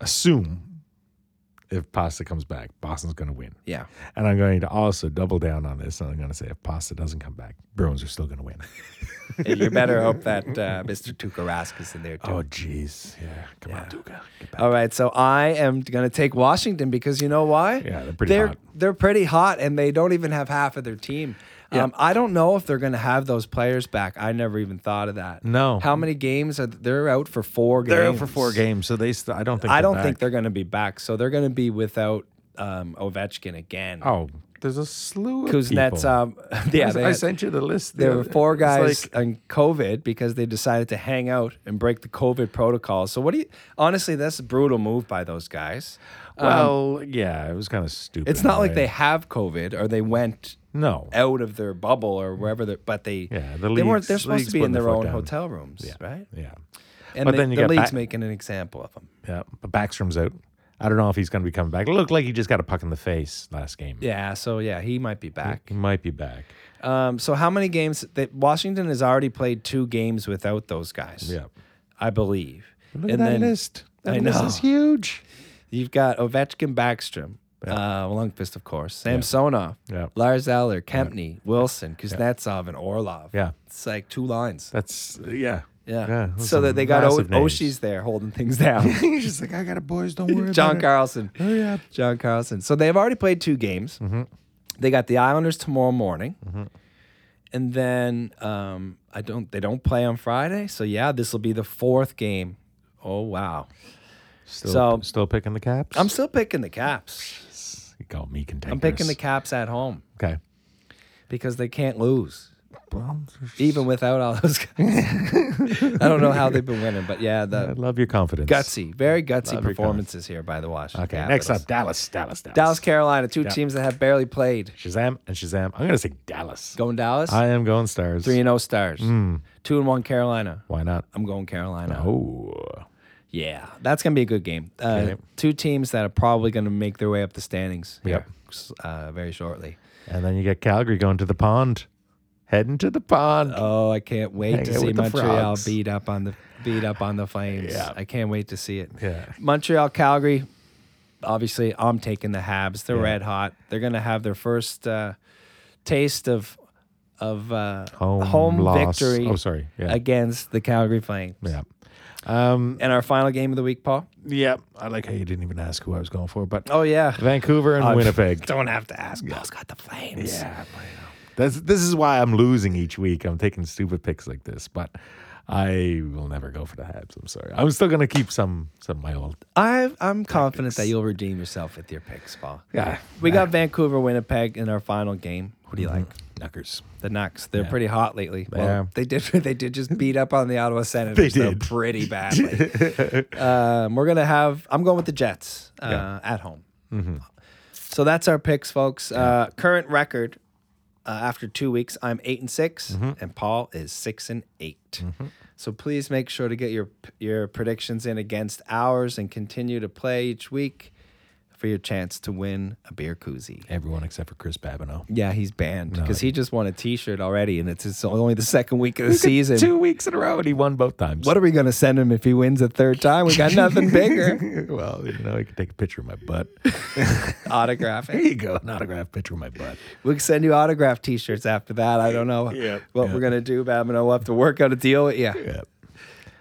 Speaker 4: assume if Pasta comes back, Boston's going to win.
Speaker 2: Yeah.
Speaker 4: And I'm going to also double down on this. And I'm going to say if Pasta doesn't come back, Bruins are still going to win.
Speaker 2: And you better hope that uh, Mr. Tuukka Rask is in there too.
Speaker 4: oh, jeez. Yeah. Come on, Duca.
Speaker 2: All right, so I am going to take Washington because you know why?
Speaker 4: Yeah, they're pretty
Speaker 2: they're,
Speaker 4: hot.
Speaker 2: They're pretty hot, and they don't even have half of their team. Um, I don't know if they're going to have those players back. I never even thought of that.
Speaker 4: No.
Speaker 2: How many games are they're out for? Four games.
Speaker 4: They're out for four games. So they, st- I don't think
Speaker 2: I
Speaker 4: they're
Speaker 2: don't
Speaker 4: back.
Speaker 2: think they're going to be back, so they're going to be without um, Ovechkin again.
Speaker 4: Oh, there's a slew of people.
Speaker 2: Kuznetsov. uh, um, yeah, they
Speaker 4: I
Speaker 2: had-
Speaker 4: sent you the list. the
Speaker 2: there
Speaker 4: other-
Speaker 2: were four
Speaker 4: it's
Speaker 2: guys
Speaker 4: like-
Speaker 2: on COVID because they decided to hang out and break the COVID protocol. So what do you? Honestly, that's a brutal move by those guys. um,
Speaker 4: well, yeah, it was kind of stupid.
Speaker 2: It's not like
Speaker 4: right?
Speaker 2: they have COVID or they went
Speaker 4: No.
Speaker 2: out of their bubble or wherever they're, but they,
Speaker 4: Yeah, the
Speaker 2: they
Speaker 4: leagues-
Speaker 2: they're supposed
Speaker 4: leagues
Speaker 2: to be in
Speaker 4: putting their
Speaker 2: their
Speaker 4: foot
Speaker 2: own
Speaker 4: down.
Speaker 2: hotel rooms, right?
Speaker 4: Yeah.
Speaker 2: And
Speaker 4: But
Speaker 2: they,
Speaker 4: then you
Speaker 2: the
Speaker 4: get
Speaker 2: league's
Speaker 4: back-
Speaker 2: making an example of them.
Speaker 4: Yeah. But Backstrom's out. I don't know if he's going to be coming back. It looked like he just got a puck in the face last game.
Speaker 2: Yeah, so yeah, he might be back.
Speaker 4: He might be back.
Speaker 2: Um, so how many games that Washington has already played two games without those guys?
Speaker 4: Yeah.
Speaker 2: I believe.
Speaker 4: Look at that list. That
Speaker 2: I
Speaker 4: list
Speaker 2: know.
Speaker 4: is huge.
Speaker 2: You've got Ovechkin, Backstrom, uh, Lundqvist, of course, Samsonov,
Speaker 4: Yeah.
Speaker 2: Lars Eller, Kempney, Wilson, Kuznetsov, and Orlov.
Speaker 4: Yeah.
Speaker 2: it's like two lines.
Speaker 4: That's, yeah.
Speaker 2: yeah.
Speaker 4: those
Speaker 2: so
Speaker 4: are
Speaker 2: that they got o-
Speaker 4: massive names.
Speaker 2: Oshie's there holding things down.
Speaker 4: He's just like, I got it, boys. Don't worry
Speaker 2: John
Speaker 4: about
Speaker 2: Carlson.
Speaker 4: it. Hurry up.
Speaker 2: John Carlson. So they've already played two games.
Speaker 4: Mm-hmm.
Speaker 2: They got the Islanders tomorrow morning, and then um, I don't. They don't play on Friday. So yeah, this will be the fourth game. Oh wow!
Speaker 4: Still,
Speaker 2: So-
Speaker 4: still picking the caps?
Speaker 2: I'm still picking the Caps.
Speaker 4: You call me contentious.
Speaker 2: I'm picking the Caps at home
Speaker 4: Okay.
Speaker 2: because they can't lose. Even without all those guys, I don't know how they've been winning, but yeah,
Speaker 4: I
Speaker 2: the
Speaker 4: love your confidence.
Speaker 2: gutsy, very gutsy
Speaker 4: Love your
Speaker 2: performances here by the Washington.
Speaker 4: Okay. Next
Speaker 2: Capitals.
Speaker 4: up, Dallas, Dallas, Dallas.
Speaker 2: Dallas, Carolina, two teams that have barely played.
Speaker 4: Shazam and Shazam. I'm going to say Dallas.
Speaker 2: Going Dallas.
Speaker 4: I Mm. am going stars.
Speaker 2: Three and O stars. Two and one Carolina.
Speaker 4: Why not?
Speaker 2: I'm going Carolina.
Speaker 4: Oh.
Speaker 2: Yeah, that's gonna be a good game. Uh,
Speaker 4: Okay.
Speaker 2: Two teams that are probably gonna make their way up the standings.
Speaker 4: Yep.
Speaker 2: here, s- uh, very shortly.
Speaker 4: And then you get Calgary going to the pond, heading to the pond.
Speaker 2: Oh, I can't wait
Speaker 4: Hang
Speaker 2: to
Speaker 4: out
Speaker 2: see
Speaker 4: with the
Speaker 2: Montreal
Speaker 4: Frogs.
Speaker 2: beat up on the beat up on the Flames.
Speaker 4: Yeah.
Speaker 2: I can't wait to see it.
Speaker 4: Yeah.
Speaker 2: Montreal, Calgary. Obviously, I'm taking the Habs. They're red hot. They're gonna have their first uh, taste of of uh,
Speaker 4: Home loss.
Speaker 2: victory.
Speaker 4: Oh, sorry. Yeah.
Speaker 2: against the Calgary Flames.
Speaker 4: yeah. Um,
Speaker 2: And our final game of the week, Paul.
Speaker 4: yeah. I like how you didn't even ask who I was going for, but
Speaker 2: Oh yeah,
Speaker 4: Vancouver and
Speaker 2: Uh,
Speaker 4: Winnipeg.
Speaker 2: Don't have to ask. Paul's got the Flames.
Speaker 4: Yeah. That's, this is why I'm losing each week. I'm taking stupid picks like this, but I will never go for the Habs. I'm sorry. I'm still going to keep some some of my old.
Speaker 2: I, I'm confident that you'll redeem yourself with your picks, Paul.
Speaker 4: Yeah. Mm-hmm.
Speaker 2: We got Vancouver, Winnipeg in our final game. Who do you like?
Speaker 4: Knuckers.
Speaker 2: The Knucks. They're pretty hot lately. Well,
Speaker 4: Yeah.
Speaker 2: they did. They did just beat up on the Ottawa Senators.
Speaker 4: They
Speaker 2: though,
Speaker 4: did.
Speaker 2: pretty badly. um, we're gonna have. I'm going with the Jets uh, at home.
Speaker 4: Mm-hmm.
Speaker 2: So that's our picks, folks. Uh, current record uh, after two weeks, I'm eight and 6
Speaker 4: Mm-hmm.
Speaker 2: and Paul is six and 8 So please make sure to get your your predictions in against ours and continue to play each week for your chance to win a beer koozie.
Speaker 4: Everyone except for Chris Babineau.
Speaker 2: Yeah, he's banned because he just won a T-shirt already, and it's his, only the second week of the season.
Speaker 4: Two weeks in a row, and he won both times.
Speaker 2: What are we gonna send him if he wins a third time? We got nothing bigger.
Speaker 4: well, you know, I could take a picture of my butt.
Speaker 2: Autograph.
Speaker 4: There you go, an autograph picture of my butt.
Speaker 2: We can send you autograph T-shirts after that. I don't know what we're gonna do, Babin. I'll have to work out a deal with you.
Speaker 4: Yeah.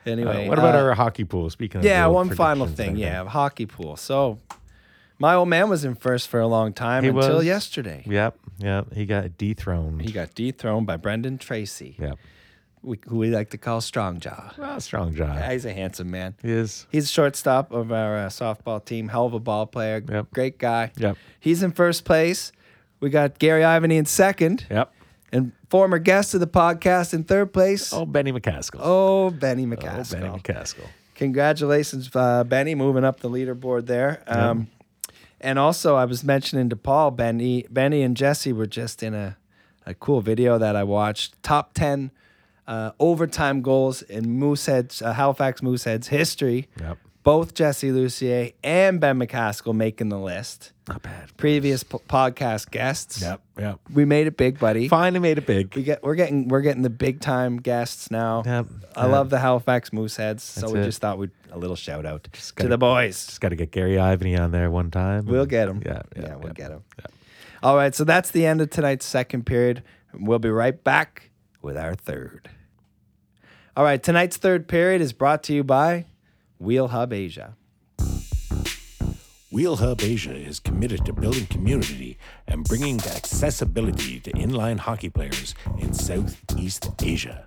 Speaker 2: Anyway,
Speaker 4: what about
Speaker 2: uh,
Speaker 4: our hockey pool? Speaking of
Speaker 2: Yeah,
Speaker 4: little
Speaker 2: one final
Speaker 4: predictions
Speaker 2: thing.
Speaker 4: and
Speaker 2: Yeah, hockey pool. So, my old man was in first for a long time
Speaker 4: He
Speaker 2: until
Speaker 4: was.
Speaker 2: yesterday.
Speaker 4: everything. Yep, yep. He got dethroned.
Speaker 2: He got dethroned by Brendan Tracy,
Speaker 4: yep.
Speaker 2: we- who we like to call Strongjaw.
Speaker 4: Well, strong job.
Speaker 2: Yeah, He's a handsome man.
Speaker 4: he is.
Speaker 2: He's a shortstop of our uh, softball team. Hell of a ball player.
Speaker 4: Yep.
Speaker 2: Great guy.
Speaker 4: Yep.
Speaker 2: He's in first place. We got Gary Ivany in second,
Speaker 4: Yep.
Speaker 2: and former guest of the podcast in third place. Oh,
Speaker 4: Oh, Benny McCaskill.
Speaker 2: Benny
Speaker 4: Oh,
Speaker 2: McCaskill.
Speaker 4: Benny McCaskill.
Speaker 2: Congratulations, uh, Benny, moving up the leaderboard there. Um, And also, I was mentioning to Paul, Benny, Benny and Jesse were just in a, a cool video that I watched. Top ten uh, overtime goals in Moosehead's uh, Halifax Moosehead's history
Speaker 4: Yep.
Speaker 2: both Jesse Lucier and Ben McCaskill making the list.
Speaker 4: Not bad.
Speaker 2: Previous p- podcast guests.
Speaker 4: Yep, yep.
Speaker 2: We made it big, buddy.
Speaker 4: Finally made it big.
Speaker 2: We get we're getting we're getting the big time guests now.
Speaker 4: Yep,
Speaker 2: I
Speaker 4: yep.
Speaker 2: love the Halifax Mooseheads, so
Speaker 4: That's
Speaker 2: we
Speaker 4: it.
Speaker 2: just thought we'd a little shout out to
Speaker 4: gotta-
Speaker 2: the boys.
Speaker 4: Just got to get Gary Ivany on there one time.
Speaker 2: We'll get them.
Speaker 4: Yeah,
Speaker 2: yeah, we'll
Speaker 4: yeah.
Speaker 2: get them. All right, so that's the end of tonight's second period. We'll be right back with our third. All right, tonight's third period is brought to you by Wheel Hub Asia.
Speaker 3: Wheel Hub Asia is committed to building community and bringing accessibility to inline hockey players in Southeast Asia.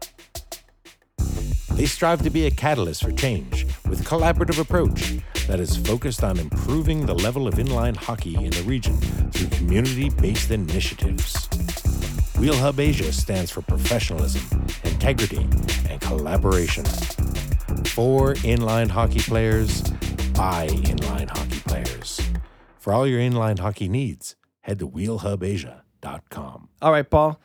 Speaker 3: They strive to be a catalyst for change with a collaborative approach that is focused on improving the level of inline hockey in the region through community based initiatives. Wheel Hub Asia stands for professionalism, integrity, and collaboration. For inline hockey players, by inline hockey players. For all your inline hockey needs, head to wheelhubasia.com.
Speaker 2: All right, Paul,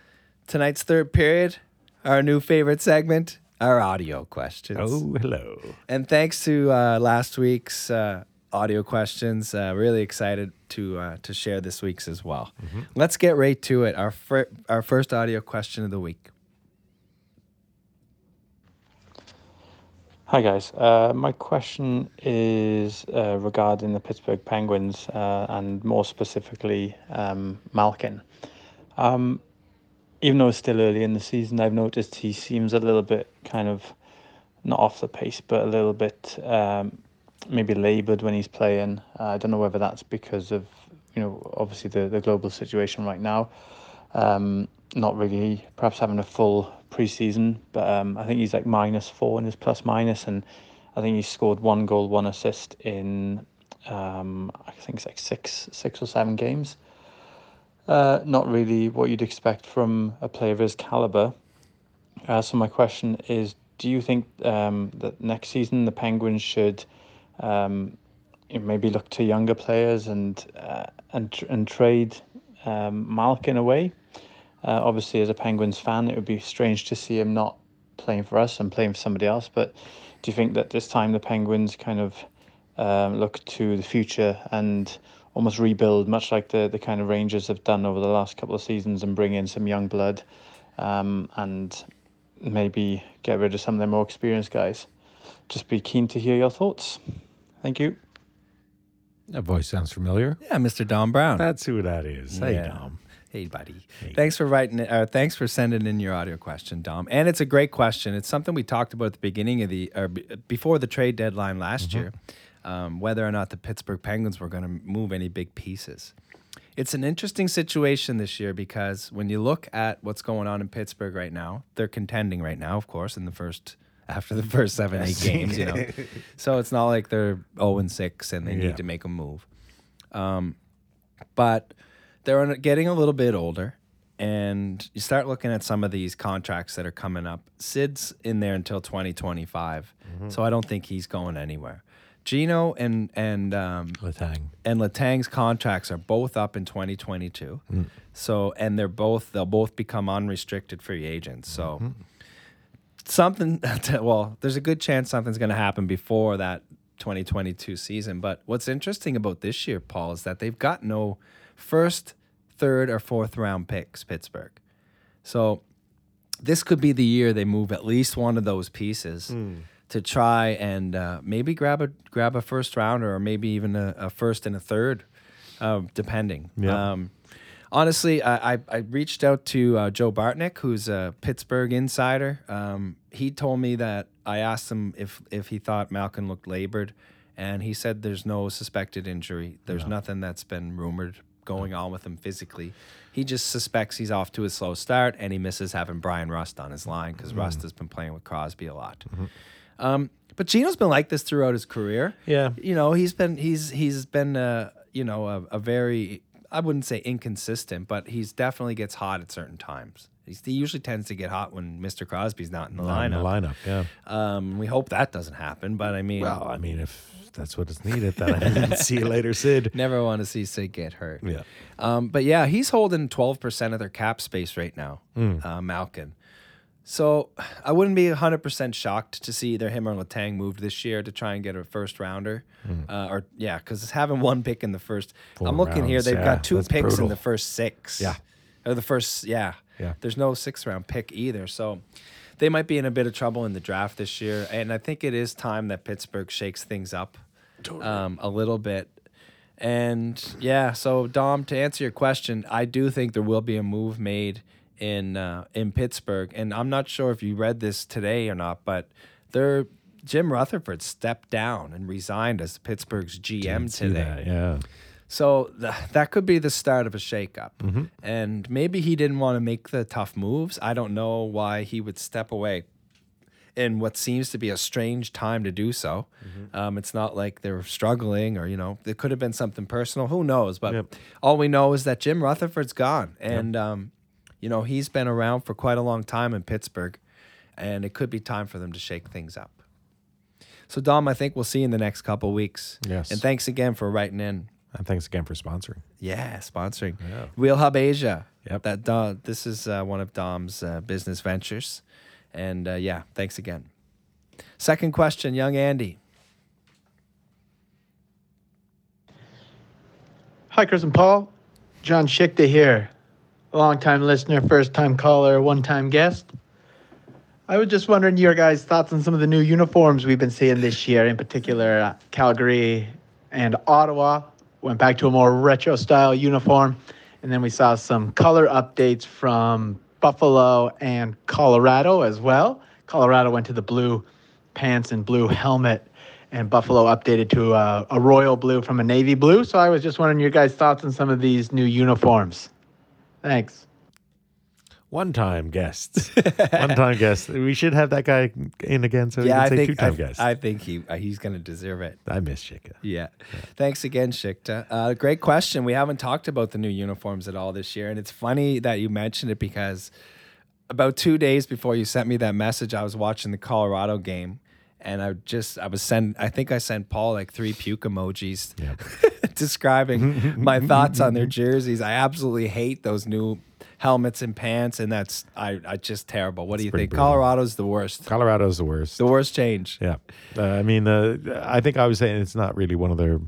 Speaker 2: tonight's third period, our new favorite segment, our audio questions.
Speaker 4: Oh, hello.
Speaker 2: And thanks to uh, last week's uh, audio questions, uh, really excited to uh, to share this week's as well. Let's get right to it. Our fir- our first audio question of the week.
Speaker 5: Hi guys, uh, my question is uh, regarding the Pittsburgh Penguins uh, and more specifically um, Malkin. Um, even though it's still early in the season, I've noticed he seems a little bit kind of not off the pace, but a little bit um, maybe laboured when he's playing. Uh, I don't know whether that's because of you know obviously the, the global situation right now, um, not really perhaps having a full preseason, but um, I think he's like minus four in his plus minus, and I think he scored one goal, one assist in um, I think it's like six six or seven games. Uh, not really what you'd expect from a player of his caliber. Uh, so my question is, do you think um, that next season the Penguins should um, you know, maybe look to younger players and uh, and tr- and trade um, Malkin away? Uh, obviously, as a Penguins fan, it would be strange to see him not playing for us and playing for somebody else. But do you think that this time the Penguins kind of um, look to the future and almost rebuild, much like the the kind of Rangers have done over the last couple of seasons, and bring in some young blood, um, and maybe get rid of some of the more experienced guys. Just be keen to hear your thoughts. Thank you.
Speaker 4: That voice sounds familiar.
Speaker 2: Yeah, Mr. Don Brown.
Speaker 4: That's who that is. Hey,
Speaker 2: Yeah.
Speaker 4: Dom.
Speaker 2: Hey, buddy. Thanks for writing it. Or thanks for sending in your audio question, Dom. And it's a great question. It's something we talked about at the beginning of the, or b- before the trade deadline last
Speaker 4: Mm-hmm.
Speaker 2: year, um, whether or not the Pittsburgh Penguins were going to move any big pieces. It's an interesting situation this year because when you look at what's going on in Pittsburgh right now, they're contending right now, of course, in the first after the first seven eight games. You know, so it's not like they're zero and six and they
Speaker 4: Yeah.
Speaker 2: need to make a move but they're getting a little bit older and you start looking at some of these contracts that are coming up sid's in there until 2025 so i don't think he's going anywhere gino and and um,
Speaker 4: Letang.
Speaker 2: and latang's contracts are both up in 2022 so and they're both they'll both become unrestricted free agents so something well there's a good chance something's going to happen before that 2022 season but what's interesting about this year paul is that they've got no first third or fourth round picks pittsburgh so this could be the year they move at least one of those pieces to try and uh, maybe grab a grab a first rounder or maybe even a, a first and a third, uh, depending.
Speaker 4: Yeah.
Speaker 2: Um, honestly, I, I, I reached out to uh, Joe Bartnick, who's a Pittsburgh insider. Um, he told me that I asked him if if he thought Malkin looked labored, and he said there's no suspected injury. There's nothing that's been rumored going on with him physically. He just suspects he's off to a slow start, and he misses having Brian Rust on his line because Rust
Speaker 4: Mm.
Speaker 2: has been playing with Crosby a lot.
Speaker 4: Mm-hmm.
Speaker 2: Um, But Gino's been like this throughout his career.
Speaker 4: Yeah.
Speaker 2: you know he's been he's he's been uh, you know a, a very I wouldn't say inconsistent, but he's definitely gets hot at certain times. He's, he usually tends to get hot when Mr. Crosby's not in the
Speaker 4: On the
Speaker 2: lineup.
Speaker 4: lineup, yeah.
Speaker 2: Um, we hope that doesn't happen, but I mean,
Speaker 4: Well, I mean, if that's what is needed, then I mean, see you later, Sid.
Speaker 2: never want to see Sid get hurt.
Speaker 4: Yeah. Hmm.
Speaker 2: Um, but yeah, he's holding 12% of their cap space right now, uh, Malkin. So I wouldn't be 100% shocked to see either him or Latang moved this year to try and get a first rounder. Uh, or, yeah, because having one pick in the first,
Speaker 4: Hmm. Four
Speaker 2: I'm looking here,
Speaker 4: rounds,
Speaker 2: they've
Speaker 4: yeah,
Speaker 2: got two
Speaker 4: that's
Speaker 2: picks
Speaker 4: brutal.
Speaker 2: in the first six.
Speaker 4: Yeah.
Speaker 2: Or the first, yeah.
Speaker 4: Yeah.
Speaker 2: There's no sixth round pick either. So they might be in a bit of trouble in the draft this year. And I think it is time that Pittsburgh shakes things up um, a little bit. And yeah, so Dom, to answer your question, I do think there will be a move made in uh, in Pittsburgh, and I'm not sure if you read this today or not, but there, Jim Rutherford stepped down and resigned as Pittsburgh's GM
Speaker 4: See
Speaker 2: today.
Speaker 4: that, yeah.
Speaker 2: So th- that could be the start of a shakeup. And maybe he didn't want to make the tough moves. I don't know why he would step away in what seems to be a strange time to do so. Um, it's not like they're struggling or, you know, it could have been something personal. Who knows? But all we know is that Jim Rutherford's gone. And, um, you know, he's been around for quite a long time in Pittsburgh. And it could be time for them to shake things up. So, Dom, I think we'll see you in the next couple weeks.
Speaker 4: Yes.
Speaker 2: And thanks again for writing in.
Speaker 4: And thanks again for sponsoring.
Speaker 2: Yeah, sponsoring. Wheel Hub Asia.
Speaker 4: Yep.
Speaker 2: That Dom, this is uh, one of Dom's uh, business ventures, and uh, yeah, thanks again. Second question, young Andy.
Speaker 6: Hi, Chris and Paul. John Schichter here, longtime listener, first time caller, one time guest. I was just wondering your guys' thoughts on some of the new uniforms we've been seeing this year, in particular uh, Calgary and Ottawa. Went back to a more retro style uniform. And then we saw some color updates from Buffalo and Colorado as well. Colorado went to the blue pants and blue helmet, and Buffalo updated to uh, a royal blue from a navy blue. So I was just wondering your guys' thoughts on some of these new uniforms. Thanks.
Speaker 4: One time guests. One time guests. We should have that guy in again so
Speaker 2: yeah,
Speaker 4: yeah,
Speaker 2: I
Speaker 4: he can say two
Speaker 2: think I,
Speaker 4: time guests.
Speaker 2: I
Speaker 4: I,
Speaker 2: think he uh, he's gonna deserve it.
Speaker 4: miss Chica.
Speaker 2: Yeah. Thanks again, Shikta. Uh, great question. We haven't talked about the new uniforms at all this year. And it's funny that you mentioned it because about two days before you sent me that message, I was watching the Colorado game. And I just, I was send, I think I sent Paul like three puke emojis describing my thoughts on their jerseys. I absolutely hate those new helmets and pants. And that's, I, I just terrible. What do you
Speaker 4: pretty
Speaker 2: think?
Speaker 4: brutal.
Speaker 2: Colorado's the worst,
Speaker 4: Colorado's the worst.
Speaker 2: the worst change.
Speaker 4: Yeah. Uh, I mean, the I think I was saying it's not really one of their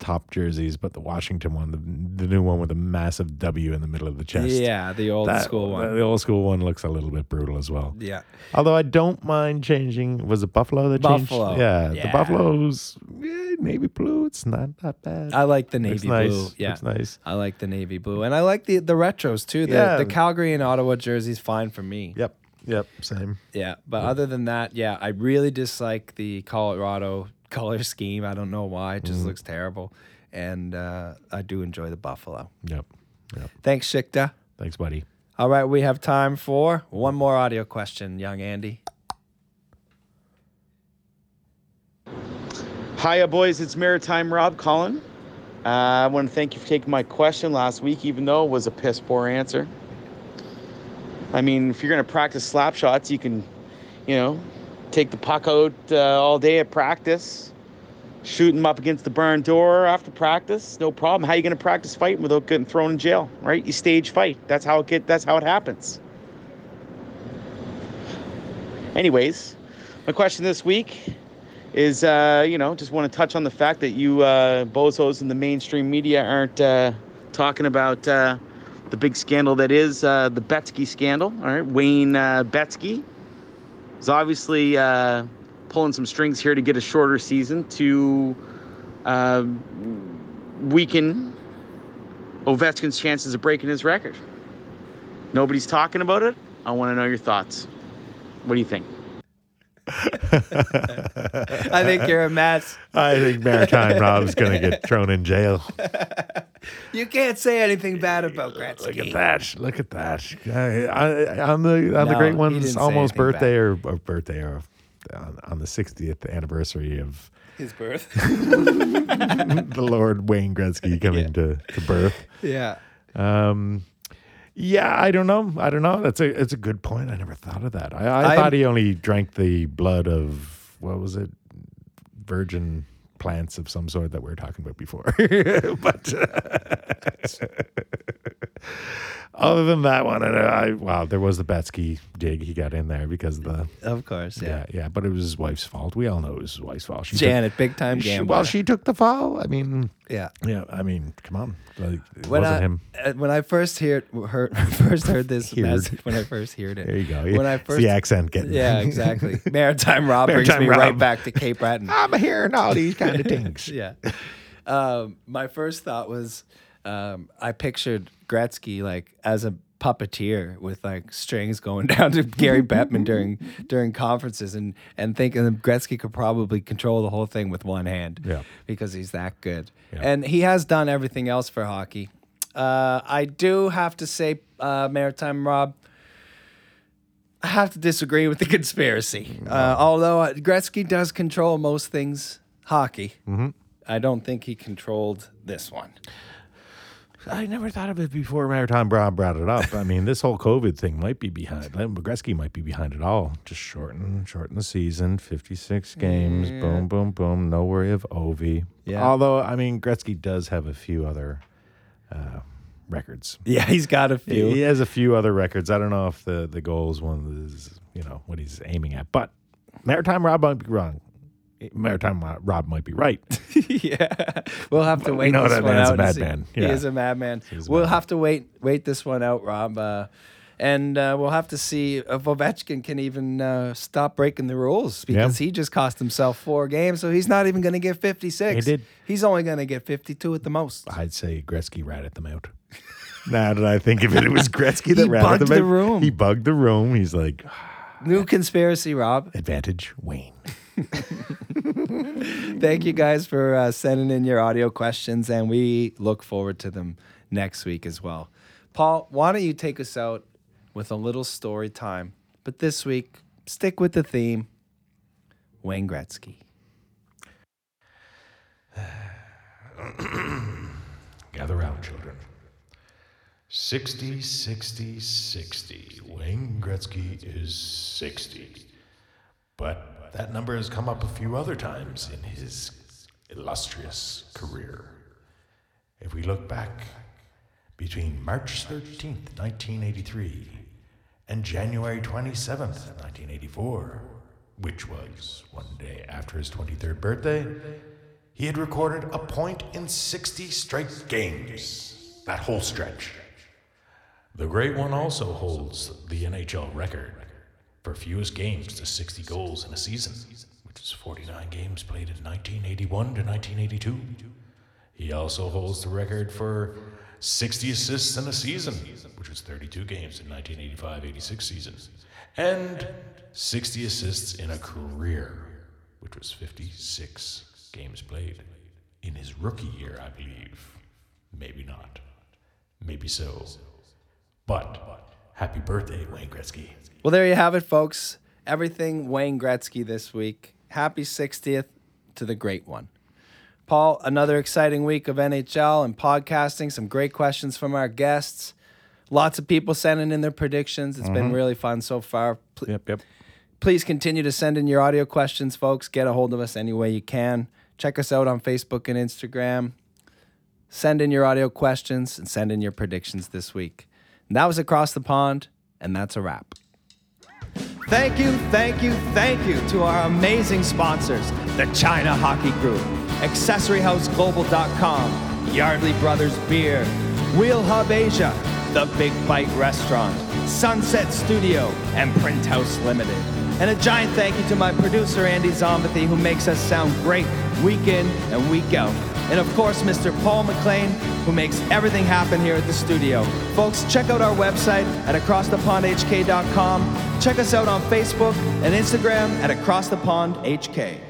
Speaker 4: top jerseys, but the Washington one, the, the new one with a massive W in the middle of the chest.
Speaker 2: Yeah. The old
Speaker 4: That-
Speaker 2: school one.
Speaker 4: The old school one looks a little bit brutal as well.
Speaker 2: yeah.
Speaker 4: Although I don't mind changing. Was it Buffalo that
Speaker 2: Buffalo.
Speaker 4: changed? Yeah,
Speaker 2: Yeah.
Speaker 4: The Buffalo's eh, navy blue. It's not that bad.
Speaker 2: I like the
Speaker 4: Looks
Speaker 2: navy
Speaker 4: nice.
Speaker 2: blue. Yeah,
Speaker 4: Looks nice.
Speaker 2: I like the navy blue, and I like the the retros too. The,
Speaker 4: Yeah.
Speaker 2: the Calgary and Ottawa jerseys fine for me.
Speaker 4: Yep. Yep. Same.
Speaker 2: Yeah, but other than that, yeah, I really dislike the Colorado color scheme. I don't know why; it
Speaker 4: Mm-hmm.
Speaker 2: just looks terrible. And uh, I do enjoy the Buffalo.
Speaker 4: Yep. Yep.
Speaker 2: Thanks, Shikta.
Speaker 4: Thanks, buddy.
Speaker 2: All right, we have time for one more audio question, young Andy.
Speaker 7: Hiya, boys. It's Maritime Rob Cullen. Uh, I want to thank you for taking my question last week, even though it was a piss poor answer. I mean, if you're going to practice slap shots, you can, you know, take the puck out uh, all day at practice, shoot them up against the barn door after practice. No problem. How you going to practice fighting without getting thrown in jail, right? You stage fight. That's how it get. That's how it happens. Anyways, my question this week is uh, you know just want to touch on the fact that you uh, bozos in the mainstream media aren't uh, talking about uh, the big scandal that is uh, the Betsky scandal. All right, Wayne uh, Betsky is obviously uh, pulling some strings here to get a shorter season to uh, weaken Ovechkin's chances of breaking his record. Nobody's talking about it. I want to know your thoughts. What do you think?
Speaker 2: I think you're a mess.
Speaker 4: I think Maritime Rob's gonna get thrown in jail.
Speaker 2: You can't say anything bad about Gretzky.
Speaker 4: Look at that! Look at that! I, I, on the on
Speaker 2: No,
Speaker 4: the
Speaker 2: he
Speaker 4: great
Speaker 2: didn't
Speaker 4: one's
Speaker 2: say
Speaker 4: almost
Speaker 2: anything
Speaker 4: birthday or, or birthday or on, on the 60th anniversary of
Speaker 2: His birth.
Speaker 4: the Lord Wayne Gretzky coming to, to birth.
Speaker 2: yeah.
Speaker 4: Um, yeah, I don't know. I don't know. That's a it's a good point. I never thought of that. I, I
Speaker 2: I'm-
Speaker 4: thought he only drank the blood of what was it, virgin plants of some sort that we were talking about before. but uh, other than that one, and I wow, there was the Batsky dig he got in there because of the
Speaker 2: Of course,
Speaker 4: yeah,
Speaker 2: yeah.
Speaker 4: yeah, but it was his wife's fault. We all know it was his wife's fault. She took-
Speaker 2: Janet, big time
Speaker 4: she-
Speaker 2: gambler.
Speaker 4: well, she took the fall. I mean,
Speaker 2: yeah.
Speaker 4: yeah, I mean, come on, like, it
Speaker 2: When
Speaker 4: wasn't
Speaker 2: I,
Speaker 4: him.
Speaker 2: uh, when I first heard, heard first heard this
Speaker 4: Heard.
Speaker 2: message, when I first heard it.
Speaker 4: There you go.
Speaker 2: When I
Speaker 4: It's
Speaker 2: first
Speaker 4: the accent getting
Speaker 2: Yeah, exactly. Maritime Rob
Speaker 4: Maritime
Speaker 2: brings me
Speaker 4: Rob.
Speaker 2: right back to Cape Breton.
Speaker 4: I'm hearing all these kind of things.
Speaker 2: yeah. Um, my first thought was um, I pictured Gretzky like as a puppeteer with like strings going down to Gary Bettman during during conferences and and thinking that Gretzky could probably control the whole thing with one hand.
Speaker 4: Yeah.
Speaker 2: Because he's that good. And he has done everything else for hockey. Uh, I do have to say, uh, Maritime Rob, I have to disagree with the conspiracy. Uh, although uh, Gretzky does control most things hockey, I don't think he controlled this one.
Speaker 4: I never thought of it before Maritime Brown brought it up. I mean, this whole COVID thing might be behind. Len Gretzky might be behind it all. Just shorten, shorten the season. Fifty-six games. Boom, boom, boom. No worry of Ovi.
Speaker 2: Yeah.
Speaker 4: Although, I mean, Gretzky does have a few other uh, records.
Speaker 2: Yeah, he's got a few.
Speaker 4: He has a few other records. I don't know if the the goals one is you know what he's aiming at, but Maritime Rob might be wrong. Maritime Ro- Rob might be right.
Speaker 2: yeah, we'll have to
Speaker 4: we
Speaker 2: wait.
Speaker 4: know
Speaker 2: this
Speaker 4: that
Speaker 2: one
Speaker 4: man's a
Speaker 2: out and see.
Speaker 4: madman.
Speaker 2: He
Speaker 4: Yeah.
Speaker 2: is a madman.
Speaker 4: He's a
Speaker 2: we'll
Speaker 4: madman.
Speaker 2: have to wait wait this one out, Rob, uh, and uh, we'll have to see if Ovechkin can even uh, stop breaking the rules because he just cost himself four games, so he's not even going to get fifty six.
Speaker 4: He did. Ah,
Speaker 2: He's only going to get fifty two at the most.
Speaker 4: I'd say Gretzky ratted them out. now that I think of it, it was Gretzky that
Speaker 2: He
Speaker 4: ratted
Speaker 2: bugged
Speaker 4: them
Speaker 2: the
Speaker 4: out.
Speaker 2: room.
Speaker 4: He bugged the room. He's like,
Speaker 2: New conspiracy, Rob.
Speaker 4: advantage Wayne.
Speaker 2: Thank you guys for uh, sending in your audio questions, and we look forward to them next week as well. Paul, why don't you take us out with a little story time? But this week, stick with the theme Wayne Gretzky.
Speaker 4: Gather round, children. 60, 60, 60. Wayne Gretzky is 60. But that number has come up a few other times in his illustrious career. If we look back between March 13th, 1983, and January 27th, 1984, which was one day after his 23rd birthday, he had recorded a point in 60 straight games, that whole stretch. The Great One also holds the NHL record for fewest games to 60 goals in a season, which is 49 games played in 1981 to 1982. He also holds the record for 60 assists in a season, which was 32 games in 1985 86 season, and 60 assists in a career, which was 56 games played in his rookie year, I believe. Maybe not. Maybe so. But happy birthday, Wayne Gretzky.
Speaker 2: Well, there you have it, folks. Everything Wayne Gretzky this week. Happy 60th to the great one. Paul, another exciting week of NHL and podcasting. Some great questions from our guests. Lots of people sending in their predictions. It's been really fun so far. Pl-
Speaker 4: Yep, yep.
Speaker 2: Please continue to send in your audio questions, folks. Get a hold of us any way you can. Check us out on Facebook and Instagram. Send in your audio questions and send in your predictions this week. And that was Across the Pond, and that's a wrap. Thank you, thank you, thank you to our amazing sponsors, the China Hockey Group, AccessoryHouseGlobal.com, Yardley Brothers Beer, Wheel Hub Asia, The Big Bite Restaurant, Sunset Studio, and Print House Limited. And a giant thank you to my producer, Andy Zombathy, who makes us sound great week in and week out. And of course, Mr. Paul McLean, who makes everything happen here at the studio. Folks, check out our website at acrossthepondhk.com. Check us out on Facebook and Instagram at acrossthepondhk.